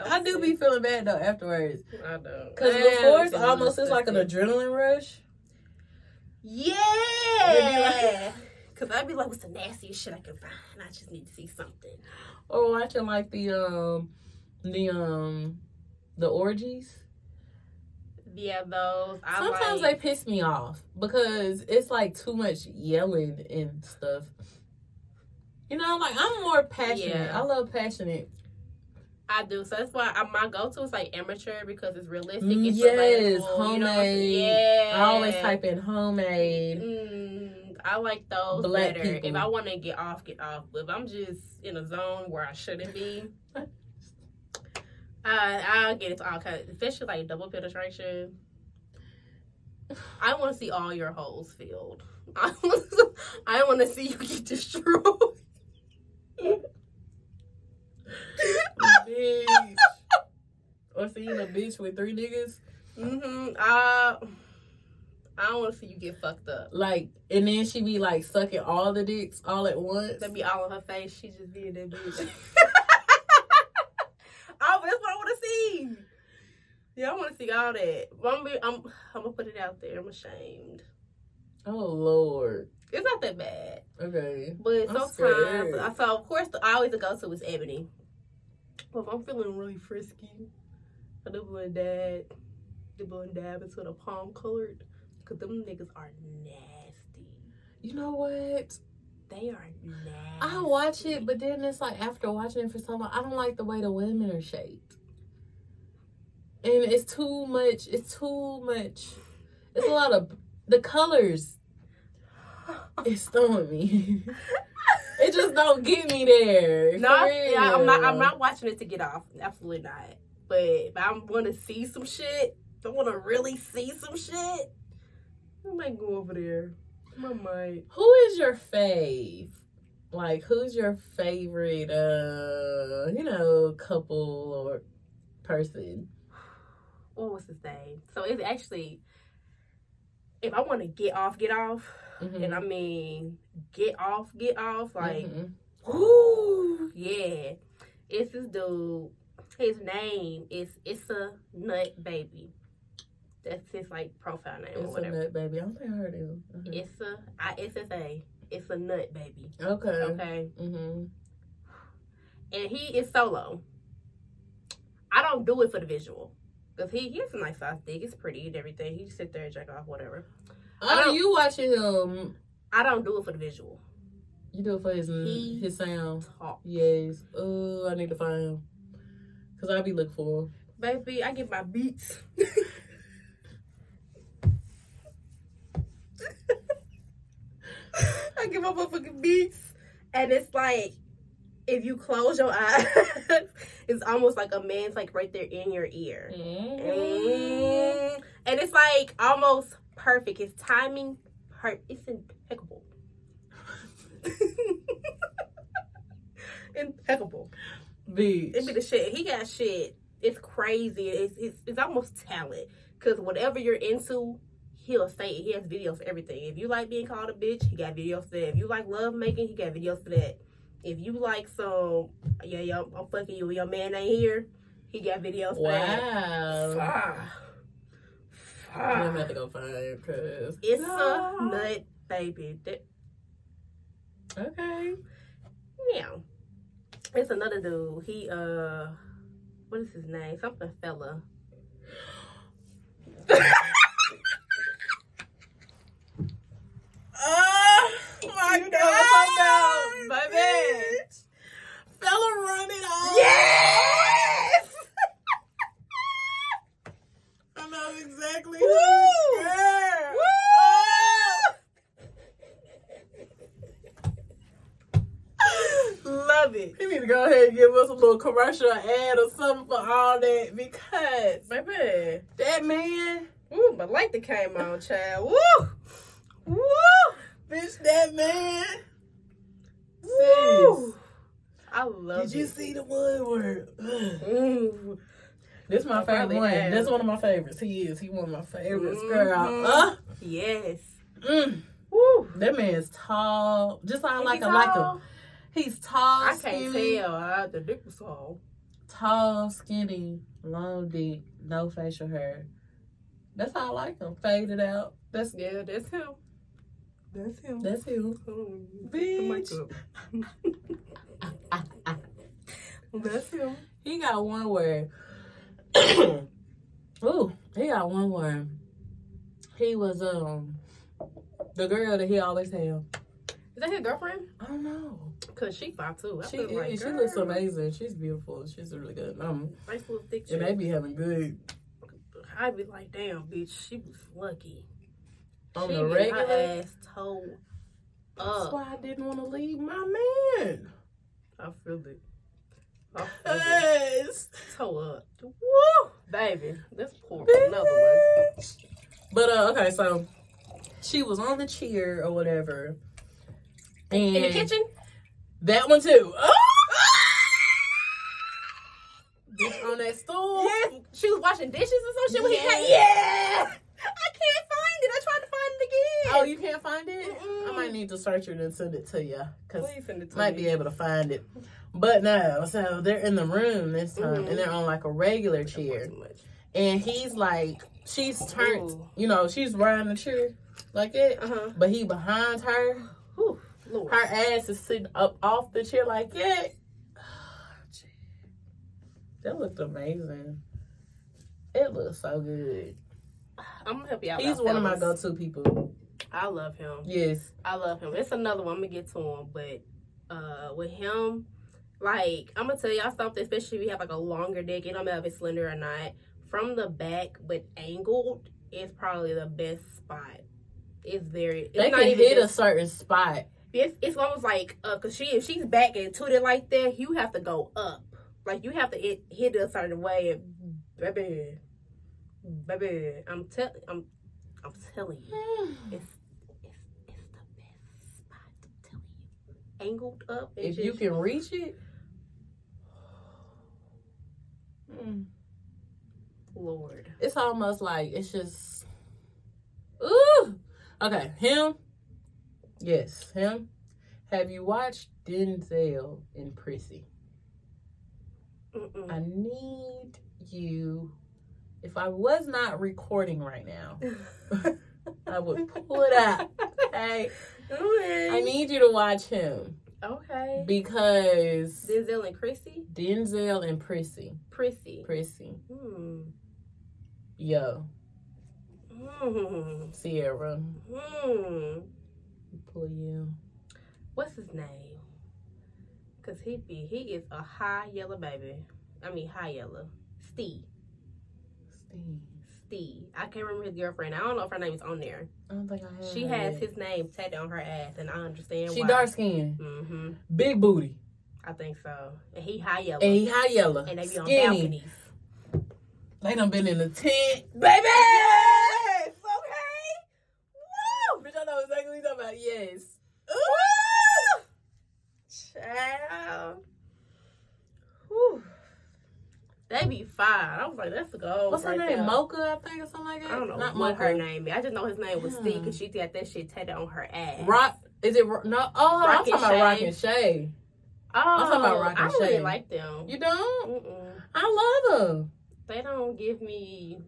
Speaker 1: I do be feeling bad though afterwards.
Speaker 2: I know.
Speaker 1: Cause before it's almost it's like an adrenaline rush.
Speaker 2: Yeah. Cause I'd be like, what's the nastiest shit I can find? I just need to see something.
Speaker 1: or watching like the um the um the orgies.
Speaker 2: Yeah, those. I
Speaker 1: Sometimes
Speaker 2: like,
Speaker 1: they piss me off because it's like too much yelling and stuff. You know, like I'm more passionate.
Speaker 2: Yeah.
Speaker 1: I love passionate.
Speaker 2: I do. So that's why I, my go-to is like amateur because it's realistic.
Speaker 1: Mm,
Speaker 2: it's
Speaker 1: yes,
Speaker 2: relatable, you know what I'm saying?
Speaker 1: homemade.
Speaker 2: yeah.
Speaker 1: I always type in homemade.
Speaker 2: Mm, I like those
Speaker 1: Black
Speaker 2: better.
Speaker 1: people.
Speaker 2: If I want to get off, get off. But if I'm just in a zone where I shouldn't be, I I'll get into all kinds, especially like double penetration. I want to see all your holes filled. I want to see you get destroyed.
Speaker 1: bitch. Or seeing a bitch with three niggas.
Speaker 2: Mm-hmm. I, I want to see you get fucked up.
Speaker 1: Like, and then she be like sucking all the dicks all at once.
Speaker 2: That be all on her face. She just did that bitch. oh, that's what I want to see. Yeah, I want to see all that. But I'm, be, I'm, I'm gonna put it out there. I'm ashamed.
Speaker 1: Oh Lord.
Speaker 2: It's not that bad,
Speaker 1: Okay.
Speaker 2: but
Speaker 1: I'm
Speaker 2: sometimes.
Speaker 1: scared.
Speaker 2: I, so of course, the, I always go to is ebony. But if I'm feeling really frisky, I do blend dab, do blend dab into the palm colored, cause them niggas are nasty.
Speaker 1: You know what?
Speaker 2: They are nasty.
Speaker 1: I watch it, but then it's like after watching it for so long, I don't like the way the women are shaped. And it's too much. It's too much. It's a lot of the colors. It's throwing me. it just don't get me there.
Speaker 2: No,
Speaker 1: For
Speaker 2: I- yeah, I'm not. I'm
Speaker 1: real.
Speaker 2: not watching it to get off. Absolutely not. But if I want to see some shit, I want to really see some shit. I might go over there. I might.
Speaker 1: Who is your fave? Like, who's your favorite, uh, you know, couple or person?
Speaker 2: What was Oh, his name? So it's actually, if I want to get off, get off,
Speaker 1: Mhm.
Speaker 2: and I mean get off, get off, like
Speaker 1: Mhm.
Speaker 2: Ooh, yeah. It's this dude. His name is It's a Nut Baby. That's his like profile name or
Speaker 1: it's a
Speaker 2: whatever.
Speaker 1: nut baby. I don't think I heard him. Mhm.
Speaker 2: It's a I S S A. It's a Nut Baby.
Speaker 1: Okay.
Speaker 2: Okay,
Speaker 1: Mm-hmm.
Speaker 2: and he is solo. I don't do it for the visual. Cause he, he has a nice size dick, it's pretty and everything. He just sit there and jack off, whatever. I
Speaker 1: Oh,
Speaker 2: don't-
Speaker 1: you watching him?
Speaker 2: I don't do it for the visual.
Speaker 1: You do it for his mm,
Speaker 2: He-
Speaker 1: his sound.
Speaker 2: Talk,
Speaker 1: Yes. Oh, I need to find him. Cause I be looking for him.
Speaker 2: baby. I get my beats. I get my motherfucking beats, and it's like if you close your eyes, it's almost like a man's like right there in your ear. Mm. And it's like almost perfect. It's timing per it's impeccable. impeccable. It be
Speaker 1: Bitch.
Speaker 2: the shit. He got shit. It's crazy. It's it's, it's almost talent. Cause whatever you're into, he'll say it. He has videos for everything. If you like being called a bitch, he got videos for that. If you like love making, he got videos for that. If you like some yeah, yo, I'm fucking you, your man ain't here, he got videos for that.
Speaker 1: Wow.
Speaker 2: Fuck.
Speaker 1: I'm gonna have
Speaker 2: Fuck.
Speaker 1: to go find him. Cause
Speaker 2: It's
Speaker 1: No.
Speaker 2: a nut baby. That-
Speaker 1: Okay.
Speaker 2: Now, it's another dude. He uh, what is his name? Something fella.
Speaker 1: Oh my
Speaker 2: You know what I'm talking about, baby.
Speaker 1: Fella running off.
Speaker 2: Yes.
Speaker 1: I know exactly.
Speaker 2: Woo!
Speaker 1: who-
Speaker 2: Woo!
Speaker 1: Girl.
Speaker 2: Love it.
Speaker 1: You need to go ahead and give us a little commercial ad or something for all that because
Speaker 2: Baby.
Speaker 1: that man,
Speaker 2: Ooh, my light that came on, child. Woo! Woo!
Speaker 1: bitch, that man.
Speaker 2: Woo! I love
Speaker 1: Did you
Speaker 2: it.
Speaker 1: see the one where? ugh.
Speaker 2: Ooh.
Speaker 1: This my
Speaker 2: I
Speaker 1: favorite
Speaker 2: probably
Speaker 1: one.
Speaker 2: have.
Speaker 1: That's one of my favorites. He is. He one of my favorites,
Speaker 2: Mhm.
Speaker 1: girl. Uh,
Speaker 2: Yes.
Speaker 1: mm.
Speaker 2: Woo.
Speaker 1: That man's tall. Just how I like him. Like him. He's tall,
Speaker 2: I can't
Speaker 1: skinny,
Speaker 2: tell. I, the dick was tall.
Speaker 1: tall, skinny, long dick, no facial hair. That's how I like him. Faded out. That's
Speaker 2: Yeah, that's him. That's him.
Speaker 1: that's him. Bitch.
Speaker 2: That's him.
Speaker 1: He got one word. Ooh, he got one word. He was um the girl that he always had.
Speaker 2: Is that his girlfriend?
Speaker 1: I don't know.
Speaker 2: Cause she fine too. I
Speaker 1: She
Speaker 2: feel like,
Speaker 1: is. she looks
Speaker 2: girl,
Speaker 1: amazing. She's beautiful. She's really good. Um,
Speaker 2: Nice little thick
Speaker 1: and they
Speaker 2: chick.
Speaker 1: be having good
Speaker 2: I'd be like, damn, bitch, she was lucky.
Speaker 1: on
Speaker 2: she
Speaker 1: the
Speaker 2: get
Speaker 1: regular.
Speaker 2: her ass toe
Speaker 1: That's
Speaker 2: up.
Speaker 1: why I didn't want to leave my man.
Speaker 2: I feel it. I feel it.
Speaker 1: Yes.
Speaker 2: Toe up. Woo! Baby, let's pour another one.
Speaker 1: Bitch. But uh, okay, so she was on the cheer or whatever, and
Speaker 2: In the kitchen?
Speaker 1: that one too. Oh! Bitch on that stool.
Speaker 2: Yes. She was washing dishes or some shit when he came.
Speaker 1: Yeah.
Speaker 2: I can't find it. I tried to find it again.
Speaker 1: Oh, you can't find it?
Speaker 2: Mm-mm.
Speaker 1: I might need to search it and send it to you because
Speaker 2: Please send it to
Speaker 1: might
Speaker 2: me.
Speaker 1: be able to find it. But no, so they're in the room this time
Speaker 2: Mhm.
Speaker 1: and they're on like a regular chair. And he's like, she's turned,
Speaker 2: Ooh.
Speaker 1: you know, she's riding the chair like that.
Speaker 2: Uh huh.
Speaker 1: But he behind her,
Speaker 2: Lord.
Speaker 1: her ass is sitting up off the chair like that. That looked amazing. It looks so good.
Speaker 2: I'm gonna help you out.
Speaker 1: He's
Speaker 2: about
Speaker 1: one of my
Speaker 2: fellas.
Speaker 1: go to people.
Speaker 2: I love him.
Speaker 1: Yes.
Speaker 2: I love him. It's another one. I'm gonna get to him, but uh, with him, like I'm gonna tell y'all something. Especially if you have like a longer dick, it don't matter if it's slender or not. From the back but angled is probably the best spot. It's very. It's
Speaker 1: they
Speaker 2: not
Speaker 1: can
Speaker 2: even
Speaker 1: hit a
Speaker 2: just-
Speaker 1: certain spot.
Speaker 2: It's, it's almost like uh, cause she if she's back and tooted like that, you have to go up. Like you have to hit, hit it a certain way. And, baby, baby, I'm tell I'm I'm telling you, it's it's it's the best spot. I'm telling you, angled up. and
Speaker 1: If you
Speaker 2: just-
Speaker 1: can reach it.
Speaker 2: Mm. Lord,
Speaker 1: It's almost like it's just Ooh. Okay, him. Yes, him. Have you watched Denzel and Prissy?
Speaker 2: Mm-mm.
Speaker 1: I need you if I was not recording right now, I would pull it up. Hey,
Speaker 2: Okay.
Speaker 1: I need you to watch him
Speaker 2: okay.
Speaker 1: because
Speaker 2: Denzel and Chrissy,
Speaker 1: Denzel and Prissy.
Speaker 2: Prissy.
Speaker 1: Prissy.
Speaker 2: Hmm.
Speaker 1: Yo,
Speaker 2: Hmm.
Speaker 1: Sierra.
Speaker 2: Hmm.
Speaker 1: Pull you.
Speaker 2: what's his name? Cause he be he is a high yellow baby. I mean high yellow. Steve.
Speaker 1: Steve.
Speaker 2: Steve. I can't remember his girlfriend. I don't know if her name is on there.
Speaker 1: I don't think I have.
Speaker 2: She
Speaker 1: her
Speaker 2: has
Speaker 1: yet.
Speaker 2: his name tattooed on her ass, and I understand
Speaker 1: Mm. She
Speaker 2: why.
Speaker 1: dark skinned,
Speaker 2: Mm-hmm.
Speaker 1: big booty,
Speaker 2: I think so. And he high yellow.
Speaker 1: and
Speaker 2: And,
Speaker 1: he high yellow,
Speaker 2: they be on
Speaker 1: skinny.
Speaker 2: balconies.
Speaker 1: They done been in the tent, baby.
Speaker 2: Yes!
Speaker 1: Woo! Bitch, I know exactly what you talking about. Yes.
Speaker 2: Ooh! Child. Whew. They be fine. I was like, that's the goal.
Speaker 1: What's her
Speaker 2: right
Speaker 1: name?
Speaker 2: there.
Speaker 1: Mocha, I think, or something like that.
Speaker 2: I don't know
Speaker 1: Not
Speaker 2: what
Speaker 1: Mocha.
Speaker 2: her name. is. I just know his name was
Speaker 1: Yeah.
Speaker 2: Steve because she got that shit tatted on her ass.
Speaker 1: Rock. Is it Ro- no? Oh,
Speaker 2: Rock
Speaker 1: I'm
Speaker 2: and
Speaker 1: talking about Rock
Speaker 2: Shay.
Speaker 1: and Shay.
Speaker 2: Oh,
Speaker 1: talking about Rock and
Speaker 2: I really
Speaker 1: Shade.
Speaker 2: like them.
Speaker 1: You don't?
Speaker 2: Mm-mm.
Speaker 1: I love them.
Speaker 2: They don't give me.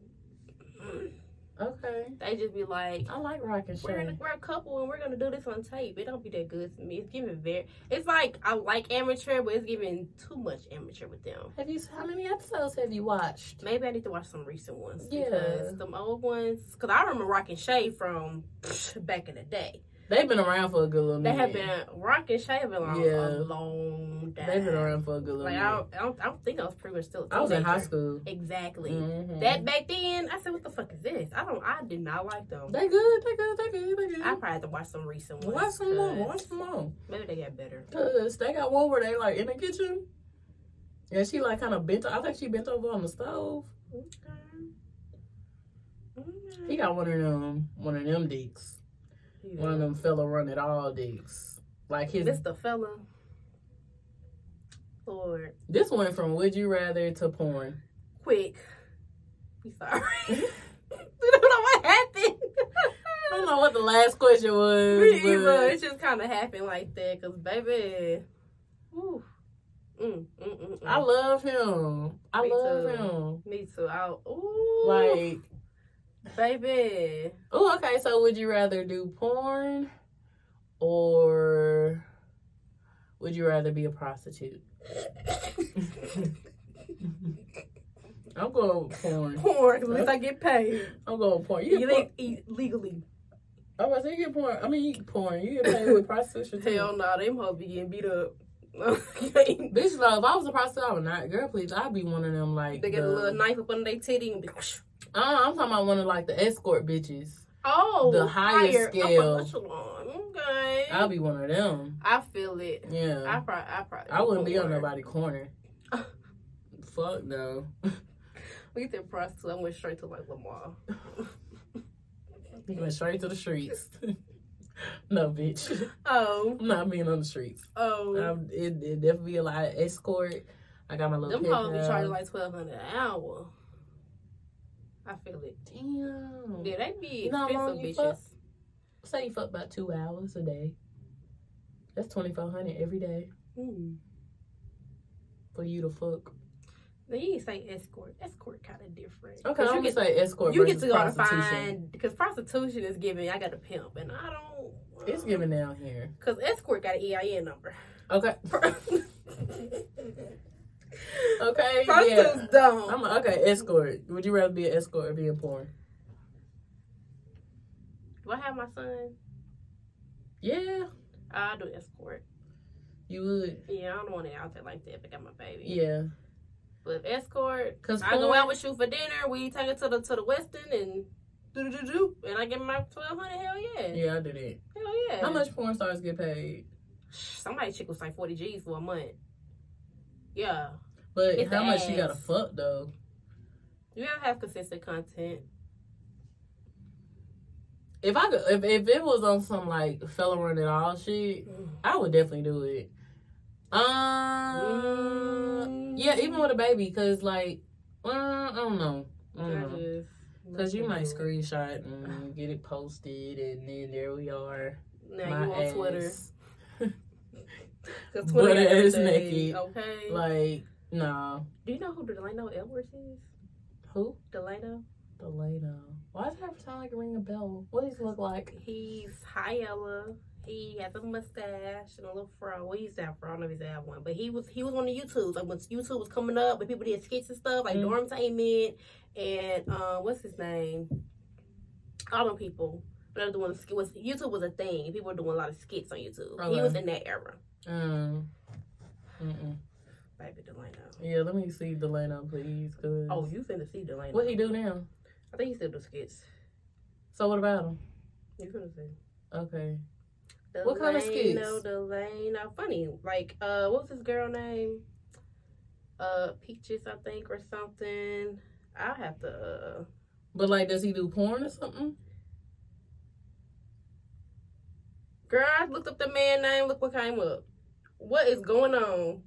Speaker 1: Okay.
Speaker 2: They just be like,
Speaker 1: I like Rock and
Speaker 2: we're, in,
Speaker 1: Shay.
Speaker 2: we're a couple and we're gonna do this on tape. It don't be that good to me. It's giving very. It's like I like amateur, but it's giving too much amateur with them.
Speaker 1: Have you? How many episodes have you watched?
Speaker 2: Maybe I need to watch some recent ones.
Speaker 1: Yeah.
Speaker 2: because them old ones. Because I remember Rock and Shay from back in the day.
Speaker 1: They've been around for a good little
Speaker 2: They
Speaker 1: minute.
Speaker 2: have been Rock and Shay have been on
Speaker 1: Yeah.
Speaker 2: a long time.
Speaker 1: They've been around for a good little
Speaker 2: Like I
Speaker 1: minute.
Speaker 2: don't, I don't, I don't think I was pretty much still. a
Speaker 1: I was in high
Speaker 2: teenager.
Speaker 1: school.
Speaker 2: Exactly.
Speaker 1: Mhm.
Speaker 2: That back then, I said, "What the fuck is this?" I don't. I did not like them.
Speaker 1: They good, they good, they good, they
Speaker 2: I
Speaker 1: good.
Speaker 2: probably had to watch some recent ones.
Speaker 1: watch some more,
Speaker 2: 'cause
Speaker 1: watch some more.
Speaker 2: Maybe they got better.
Speaker 1: Cause they got one where they like in the kitchen, and she like kind of bent. I think she bent over on the stove. He got one of them, one of them dicks, one of them fellow running all dicks. Like his
Speaker 2: This the fella. Lord,
Speaker 1: this went from would you rather to porn.
Speaker 2: quick. We sorry. we don't know what happened.
Speaker 1: I don't know what the last question was.
Speaker 2: Pretty much,
Speaker 1: But
Speaker 2: it just kind of happened like that, cause baby. Whew. Mm, mm, mm, mm.
Speaker 1: I love him. I
Speaker 2: Me
Speaker 1: love
Speaker 2: too.
Speaker 1: him.
Speaker 2: Me too. I ooh,
Speaker 1: Like
Speaker 2: baby.
Speaker 1: Oh, okay. So, would you rather do porn or would you rather be a prostitute? I'm going with porn.
Speaker 2: Porn, 'cause at least I get paid.
Speaker 1: I'm going with porn. You get porn.
Speaker 2: Ille- e- legally.
Speaker 1: I'm about to say you get porn. I mean, you get porn. You get paid with prostitution too.
Speaker 2: Hell no, nah, them hoes be getting beat up. they
Speaker 1: Bitch, love. If I was a prostitute, I would not. Girl, please. I'd be one of them like.
Speaker 2: get a
Speaker 1: the-
Speaker 2: little knife up under their titty and be.
Speaker 1: Uh, I'm talking about one of like the escort bitches.
Speaker 2: Oh,
Speaker 1: The higher scale.
Speaker 2: upper echelon. Okay.
Speaker 1: I'll be one of them.
Speaker 2: I feel it. I
Speaker 1: Yeah.
Speaker 2: probably, I probably.
Speaker 1: I wouldn't be on
Speaker 2: Porn.
Speaker 1: nobody's corner. Fuck no.
Speaker 2: We did prostitute. I went straight to like Lamar.
Speaker 1: You went straight to the streets. no, bitch.
Speaker 2: Oh,
Speaker 1: I'm not being on the streets.
Speaker 2: oh.
Speaker 1: Um, it, it definitely be a lot of escort. I got my little
Speaker 2: Them
Speaker 1: pet
Speaker 2: hoes be charging
Speaker 1: dog.
Speaker 2: like twelve hundred an hour. I feel it.
Speaker 1: Damn.
Speaker 2: Yeah, they be
Speaker 1: You know how
Speaker 2: expensive
Speaker 1: long you
Speaker 2: bitches.
Speaker 1: fuck? Say you fuck about two hours a day. That's twenty four hundred every day
Speaker 2: Hmm.
Speaker 1: for you to fuck.
Speaker 2: Now you ain't say escort. Escort kind of different.
Speaker 1: Okay,
Speaker 2: 'Cause
Speaker 1: I'm
Speaker 2: you
Speaker 1: gonna
Speaker 2: get
Speaker 1: say escort
Speaker 2: you get to
Speaker 1: versus
Speaker 2: go to
Speaker 1: prostitution.
Speaker 2: find because prostitution is giving. I got a pimp, and I don't.
Speaker 1: It's given down here.
Speaker 2: because escort got an EIN number.
Speaker 1: Okay.
Speaker 2: Prostitutes
Speaker 1: Okay. yeah.
Speaker 2: don't.
Speaker 1: I'm a, okay. Escort. Would you rather be an escort or be in porn?
Speaker 2: Do I have my son?
Speaker 1: Yeah,
Speaker 2: I do escort.
Speaker 1: you would.
Speaker 2: Yeah, I don't want it out there like that. If I got my baby.
Speaker 1: Yeah,
Speaker 2: But escort,
Speaker 1: cause
Speaker 2: I go
Speaker 1: porn-
Speaker 2: out with you for dinner. We take it to the to the Westin and do do do do, and I get my twelve hundred. Hell yeah.
Speaker 1: Yeah, I did it.
Speaker 2: hell yeah.
Speaker 1: How much porn stars get paid?
Speaker 2: Somebody chick was like forty G's for a month. Yeah,
Speaker 1: But
Speaker 2: It's
Speaker 1: how
Speaker 2: the
Speaker 1: much you
Speaker 2: ass.
Speaker 1: gotta fuck though?
Speaker 2: you gotta have consistent content.
Speaker 1: If I could, if if it was on some like fella running all shit, I would definitely do it.
Speaker 2: Uh, Mm.
Speaker 1: Um, yeah, even with a baby, cause like, uh, I don't know,
Speaker 2: Mm-hmm.
Speaker 1: I don't know. Mm-hmm. cause you might screenshot and get it posted, and then there we are.
Speaker 2: Now
Speaker 1: my
Speaker 2: you on
Speaker 1: ass.
Speaker 2: Twitter. 'Cause
Speaker 1: Butt
Speaker 2: Twitter
Speaker 1: ass
Speaker 2: is everything,
Speaker 1: naked.
Speaker 2: Okay.
Speaker 1: Like, nah,
Speaker 2: do you know who Delano Edwards is?
Speaker 1: who?
Speaker 2: Delano.
Speaker 1: Delano. Why does that sound like ring a bell? What does he look like?
Speaker 2: He's high ella. He has a mustache and a little fro. Well, he's not fro. I don't know if he's had one, but he was he was on the YouTube. Like when YouTube was coming up, and people did skits and stuff like
Speaker 1: Mm.
Speaker 2: Dormtainment and uh, what's his name? All them people. They were doing skit- was YouTube was a thing. and People were doing a lot of skits on YouTube.
Speaker 1: Okay.
Speaker 2: He was in that era.
Speaker 1: Um. Mm-mm.
Speaker 2: Baby Delano.
Speaker 1: Yeah, let me see Delano, please. Cause
Speaker 2: Oh, you finna see Delano.
Speaker 1: what he do now?
Speaker 2: I think he still do skits.
Speaker 1: So what about him?
Speaker 2: You finna see.
Speaker 1: Okay. What kind of skits?
Speaker 2: Delano, Delano. Funny. Like, uh, what was this girl name? Uh, Peaches, I think, or something. I'll have to. Uh,
Speaker 1: But like, does he do porn or something?
Speaker 2: girl, I looked up the man name. Look what came up. What is going on?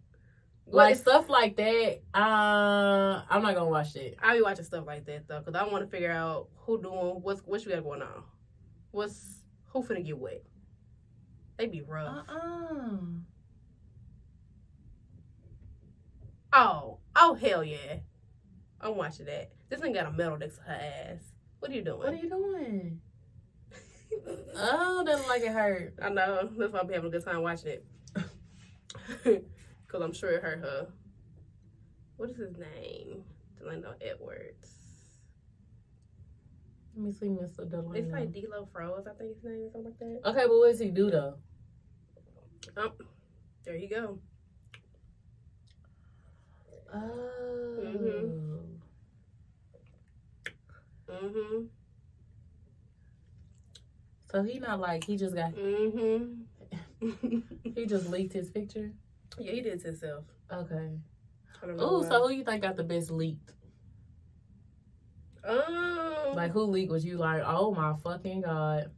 Speaker 2: What
Speaker 1: Like
Speaker 2: is,
Speaker 1: stuff like that. Uh, I'm not gonna watch that.
Speaker 2: I be watching stuff like that though, cause I want to figure out who doing what's what you got going on. What's who finna get wet? They be rough.
Speaker 1: Uh-uh.
Speaker 2: Oh, oh hell yeah! I'm watching that. This thing got a medal next to her ass. What are you doing?
Speaker 1: What are you doing? Oh, that look like it hurt.
Speaker 2: I know. That's why I'm having a good time watching it. Because I'm sure it hurt her. What is his name? Delano Edwards.
Speaker 1: Let me see, Mr. Delano.
Speaker 2: It's like D-Lo Froze, I think his name is something like that. Oh,
Speaker 1: okay, but what does he do though? Uh.
Speaker 2: There you go.
Speaker 1: Oh.
Speaker 2: Mhm. Mm-hmm.
Speaker 1: So he not like he just got
Speaker 2: Mm-hmm.
Speaker 1: he just leaked his picture.
Speaker 2: yeah, he did it to himself.
Speaker 1: Okay.
Speaker 2: I don't know
Speaker 1: Oh,
Speaker 2: why.
Speaker 1: so who you think got the best leaked?
Speaker 2: Mm-hmm. Um,
Speaker 1: Like who leaked was you like, oh my fucking god.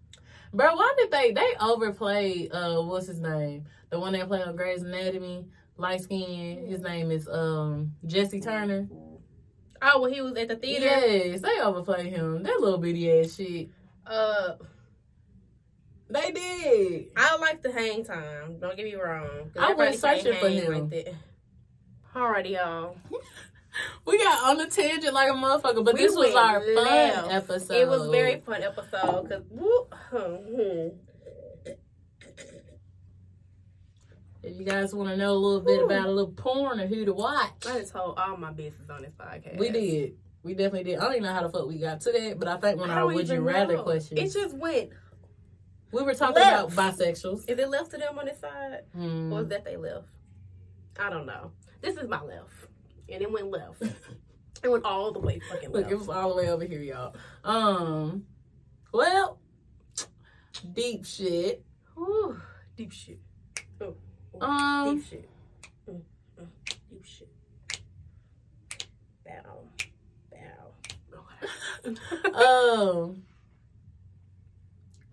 Speaker 1: Bro, why did they they overplayed uh what's his name? The one that played on Grey's Anatomy, light skin. His name is um Jesse Turner.
Speaker 2: oh, when he was at the theater.
Speaker 1: Yes, they overplayed him. That little bitty ass shit.
Speaker 2: Uh,
Speaker 1: They did.
Speaker 2: I like the hang time. Don't get me wrong. 'Cause
Speaker 1: I went
Speaker 2: everybody can't
Speaker 1: searching for
Speaker 2: hang
Speaker 1: him.
Speaker 2: Like that. Alrighty, y'all.
Speaker 1: We got on the tangent like a motherfucker, but
Speaker 2: We
Speaker 1: this was
Speaker 2: went
Speaker 1: our fun
Speaker 2: left.
Speaker 1: episode.
Speaker 2: It was very fun episode because whoop. hmm.
Speaker 1: If you guys want to know a little bit
Speaker 2: Whew.
Speaker 1: about a little porn or who to watch,
Speaker 2: I done told all my business on this podcast.
Speaker 1: we did. We definitely did. I don't even know how the fuck we got to that, but I think
Speaker 2: I
Speaker 1: when our
Speaker 2: don't
Speaker 1: would you
Speaker 2: even
Speaker 1: rather
Speaker 2: know.
Speaker 1: question,
Speaker 2: It just went.
Speaker 1: we were talking
Speaker 2: left.
Speaker 1: about bisexuals.
Speaker 2: Is it left to them on this side?
Speaker 1: Hmm.
Speaker 2: Or is that they left? I don't know. This is my left. And it went left. it went all the way fucking
Speaker 1: Look,
Speaker 2: left.
Speaker 1: it was all the way over here, y'all. Um, well, deep shit.
Speaker 2: Whew. Deep shit.
Speaker 1: Um,
Speaker 2: Deep shit. Mm, mm, Deep shit. Bow. Bow.
Speaker 1: um,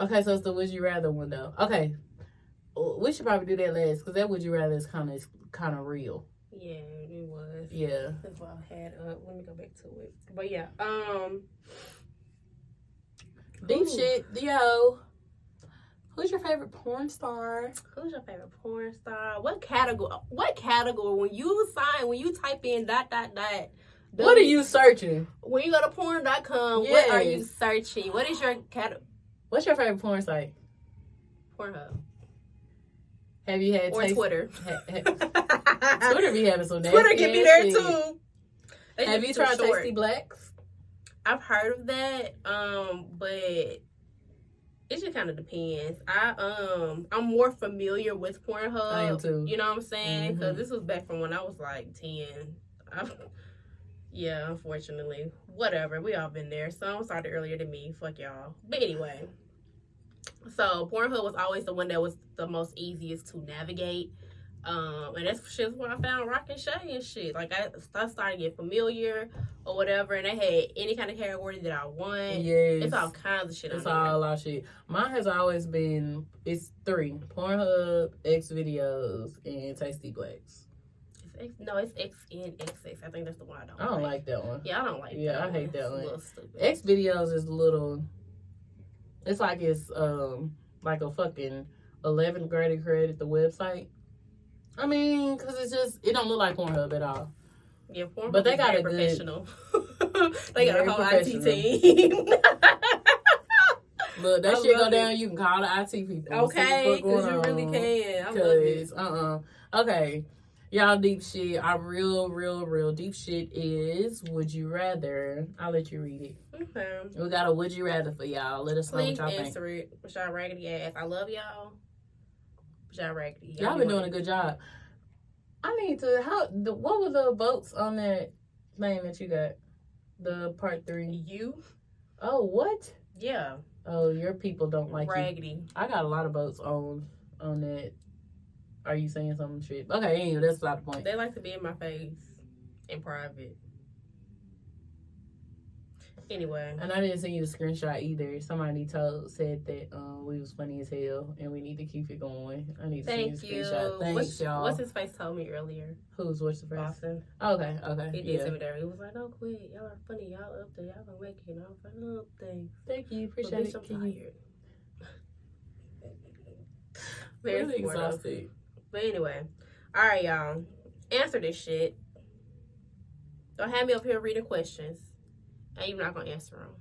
Speaker 1: Okay, so it's the would you rather one though. Okay, we should probably do that last because that would you rather is kind of kind of real.
Speaker 2: Yeah, it was.
Speaker 1: Yeah.
Speaker 2: That's what I had up. Let me go back to it. But yeah, um,
Speaker 1: Deep
Speaker 2: Ooh.
Speaker 1: shit, yo. Who's your favorite porn star?
Speaker 2: who's your favorite porn star? What category? What category? When you sign, when you type in dot dot dot.
Speaker 1: What are you searching?
Speaker 2: When you go to porn.com, what are you
Speaker 1: Yes.
Speaker 2: searching? What is your cat
Speaker 1: What's your favorite porn site?
Speaker 2: Pornhub
Speaker 1: Have you had
Speaker 2: or
Speaker 1: taste-
Speaker 2: Twitter?
Speaker 1: ha- ha-
Speaker 2: Twitter,
Speaker 1: Twitter be having some nasty
Speaker 2: Twitter can be there
Speaker 1: ass shit.
Speaker 2: too. They
Speaker 1: Have
Speaker 2: just
Speaker 1: you
Speaker 2: too
Speaker 1: tried
Speaker 2: short.
Speaker 1: Tasty Blacks?
Speaker 2: I've heard of that, um, but it just kind of depends. I um, I'm more familiar with Pornhub.
Speaker 1: I am too.
Speaker 2: You know what I'm saying? Because
Speaker 1: Mhm.
Speaker 2: this was back from when I was like ten. I'm, yeah, unfortunately, whatever. We all been there. Some started earlier than me. Fuck y'all. But anyway, so Pornhub was always the one that was the most easiest to navigate. Um, and that's shit's where I found Rock and Shay and shit. Like I, I started getting familiar or whatever, and they had any kind of category that I want.
Speaker 1: Yes.
Speaker 2: It's all kinds of shit.
Speaker 1: It's
Speaker 2: on there.
Speaker 1: all our shit. Mine has always been it's three: Pornhub, X Videos, and Tasty Blacks.
Speaker 2: It's X, no, it's X and XX. I think that's the one I don't.
Speaker 1: I don't like that one.
Speaker 2: Yeah, I don't like.
Speaker 1: Yeah,
Speaker 2: that
Speaker 1: I
Speaker 2: one.
Speaker 1: hate that
Speaker 2: It's a
Speaker 1: one.
Speaker 2: little stupid.
Speaker 1: X Videos is little. It's like it's um like a fucking eleventh grader created the website. I mean, cause it's just it don't look like Pornhub at all.
Speaker 2: yeah, Pornhub
Speaker 1: but they
Speaker 2: is
Speaker 1: got
Speaker 2: very
Speaker 1: a good-
Speaker 2: professional. they got
Speaker 1: Very
Speaker 2: a whole IT team.
Speaker 1: Look, that
Speaker 2: I
Speaker 1: shit go
Speaker 2: love
Speaker 1: down. You can call the IT people. and see
Speaker 2: okay,
Speaker 1: what's
Speaker 2: because
Speaker 1: going
Speaker 2: you really
Speaker 1: on.
Speaker 2: can. I love it.
Speaker 1: Cause uh uh okay, y'all deep shit. Our real real real deep shit is would you rather? I'll let you read it.
Speaker 2: Okay.
Speaker 1: We got a would you rather for y'all. Let us know
Speaker 2: Please
Speaker 1: what y'all think.
Speaker 2: answer it with y'all raggedy ass. I love y'all. But y'all raggedy.
Speaker 1: Y'all been doing a good job. I need to how the, what were the votes on that thing that you got? The part three.
Speaker 2: You?
Speaker 1: Oh what?
Speaker 2: Yeah.
Speaker 1: Oh your people don't like you.
Speaker 2: raggedy.
Speaker 1: I got a lot of votes on on that. Are you saying some shit? Okay, anyway, that's not the point.
Speaker 2: They like to be in my face in private. Anyway.
Speaker 1: And I didn't send you a screenshot either. Somebody told said that um, we was funny as hell and we need to keep it going. I need to
Speaker 2: Thank
Speaker 1: send
Speaker 2: you.
Speaker 1: you a screenshot. Thanks,
Speaker 2: what's,
Speaker 1: y'all.
Speaker 2: what's his face told me earlier?
Speaker 1: Who's what's the first? Oh,
Speaker 2: Boston.
Speaker 1: Okay, okay.
Speaker 2: He did
Speaker 1: yeah.
Speaker 2: send me that. He was like, "Don't quit. Y'all are funny. Y'all up there. Y'all been waking up. I love things.
Speaker 1: Thank you.
Speaker 2: But
Speaker 1: Appreciate
Speaker 2: bitch,
Speaker 1: it.
Speaker 2: I'm
Speaker 1: Can you
Speaker 2: tired." Very
Speaker 1: really
Speaker 2: supportive.
Speaker 1: exhausted?
Speaker 2: But anyway, all right, y'all. Answer this shit. Don't have me up here reading questions, and you're not gonna answer them.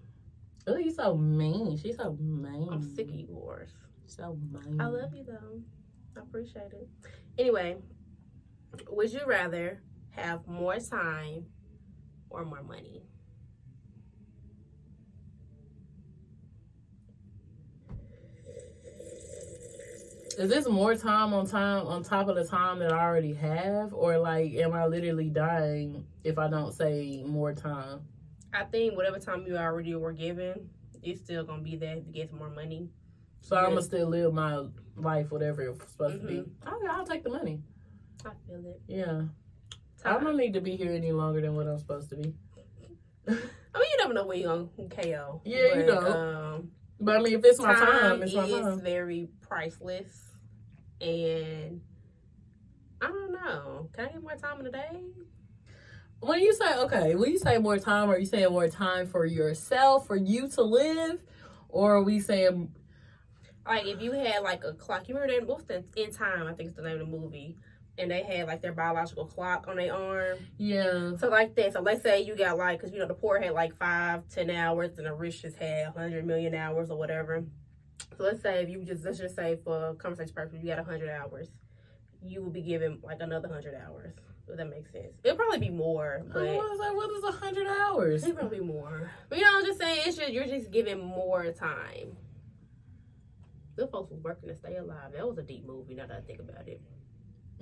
Speaker 1: Oh, you so mean. She's so mean.
Speaker 2: I'm sick of you wars.
Speaker 1: So mean.
Speaker 2: I love you though. I appreciate it. Anyway, would you rather have more time or more money?
Speaker 1: Is this more time on time on top of the time that I already have, or like, am I literally dying if I don't say more time?
Speaker 2: I think whatever time you already were given, it's still gonna be there if you get some more money.
Speaker 1: So I'm
Speaker 2: Yeah.
Speaker 1: gonna still live my life, whatever it's supposed to be.
Speaker 2: Mhm.
Speaker 1: I'll, I'll take the money.
Speaker 2: I feel it.
Speaker 1: Yeah. I
Speaker 2: Time.
Speaker 1: don't need to be here any longer than what I'm supposed to be.
Speaker 2: I mean, you never know when you're gonna KO.
Speaker 1: Yeah, you
Speaker 2: but,
Speaker 1: don't.
Speaker 2: Um,
Speaker 1: But I mean, if it's my time,
Speaker 2: time
Speaker 1: it's my
Speaker 2: is
Speaker 1: time.
Speaker 2: very priceless, and I don't know. Can I get more time in the day?
Speaker 1: When you say okay, when you say more time, are you saying more time for yourself, for you to live, or are we saying
Speaker 2: Like if you had like a clock, you remember that what's that in time? I think it's the name of the movie, and they had like their biological clock on their arm.
Speaker 1: yeah?
Speaker 2: So like that. So let's say you got like, cause you know the poor had like five, ten hours, and the rich just had hundred million hours or whatever. So let's say if you just let's just say for conversation purposes, you got hundred hours, you will be given like another hundred hours. If that makes sense. It'll probably be more,
Speaker 1: I
Speaker 2: but
Speaker 1: was like, what is a hundred hours?
Speaker 2: it'll Oh, probably be more. But you know, I'm just saying it's just you're just given more time. The folks was working to stay alive. That was a deep movie. Now that I think about it,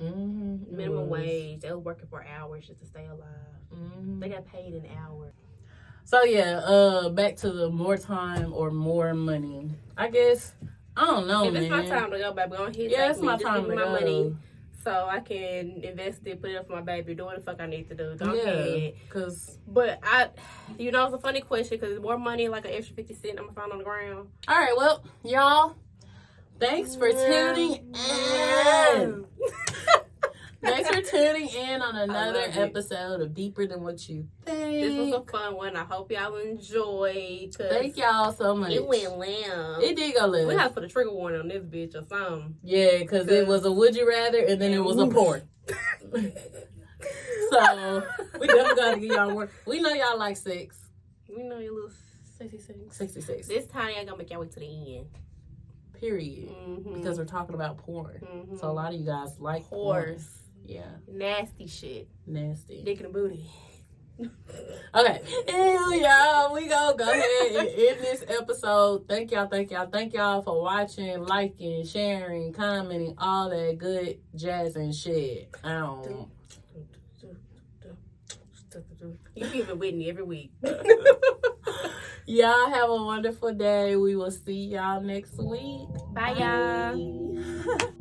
Speaker 1: Mm-hmm.
Speaker 2: minimum wage. They was working for hours just to stay alive.
Speaker 1: Mm-hmm.
Speaker 2: They got paid an hour.
Speaker 1: So yeah, uh, back to the more time or more money. I guess I don't know,
Speaker 2: if it's my
Speaker 1: man.
Speaker 2: time to go, baby, go ahead.
Speaker 1: yeah,
Speaker 2: take
Speaker 1: it's
Speaker 2: me.
Speaker 1: my
Speaker 2: Just
Speaker 1: time
Speaker 2: give me
Speaker 1: to
Speaker 2: my
Speaker 1: go.
Speaker 2: money so I can invest it, put it up for my baby, do what the fuck I need to do. Don't
Speaker 1: Yeah,
Speaker 2: care.
Speaker 1: because
Speaker 2: But I, you know, it's a funny question because more money, like an extra fifty cent, I'm gonna find on the ground.
Speaker 1: all right, well, y'all, thanks for tuning in. Thanks for tuning in on another
Speaker 2: love it.
Speaker 1: episode of Deeper Than What You Think.
Speaker 2: This was a fun one. I hope y'all enjoyed. 'cause
Speaker 1: Thank y'all so much.
Speaker 2: It went limb.
Speaker 1: It did go
Speaker 2: we
Speaker 1: live.
Speaker 2: have to put a trigger warning on this bitch or something.
Speaker 1: Yeah, because it was a would you rather, and then it was a porn. so we definitely got to get y'all work. We know y'all like sex.
Speaker 2: We know your little sexy sex.
Speaker 1: Sixty six.
Speaker 2: This time y'all gonna make y'all wait to the end.
Speaker 1: Period.
Speaker 2: Mm-hmm.
Speaker 1: Because we're talking about porn.
Speaker 2: Mhm.
Speaker 1: So a lot of you guys like porn.
Speaker 2: horse,
Speaker 1: Yeah,
Speaker 2: nasty shit,
Speaker 1: nasty.
Speaker 2: dick in the booty.
Speaker 1: Okay, Ew, y'all. We gonna go ahead and end this episode. Thank y'all, thank y'all, thank y'all for watching, liking, sharing, commenting, all that good jazz and shit. Um,
Speaker 2: You give it Whitney every week.
Speaker 1: y'all have a wonderful day. We will see y'all next week.
Speaker 2: Bye, y'all.
Speaker 1: Bye.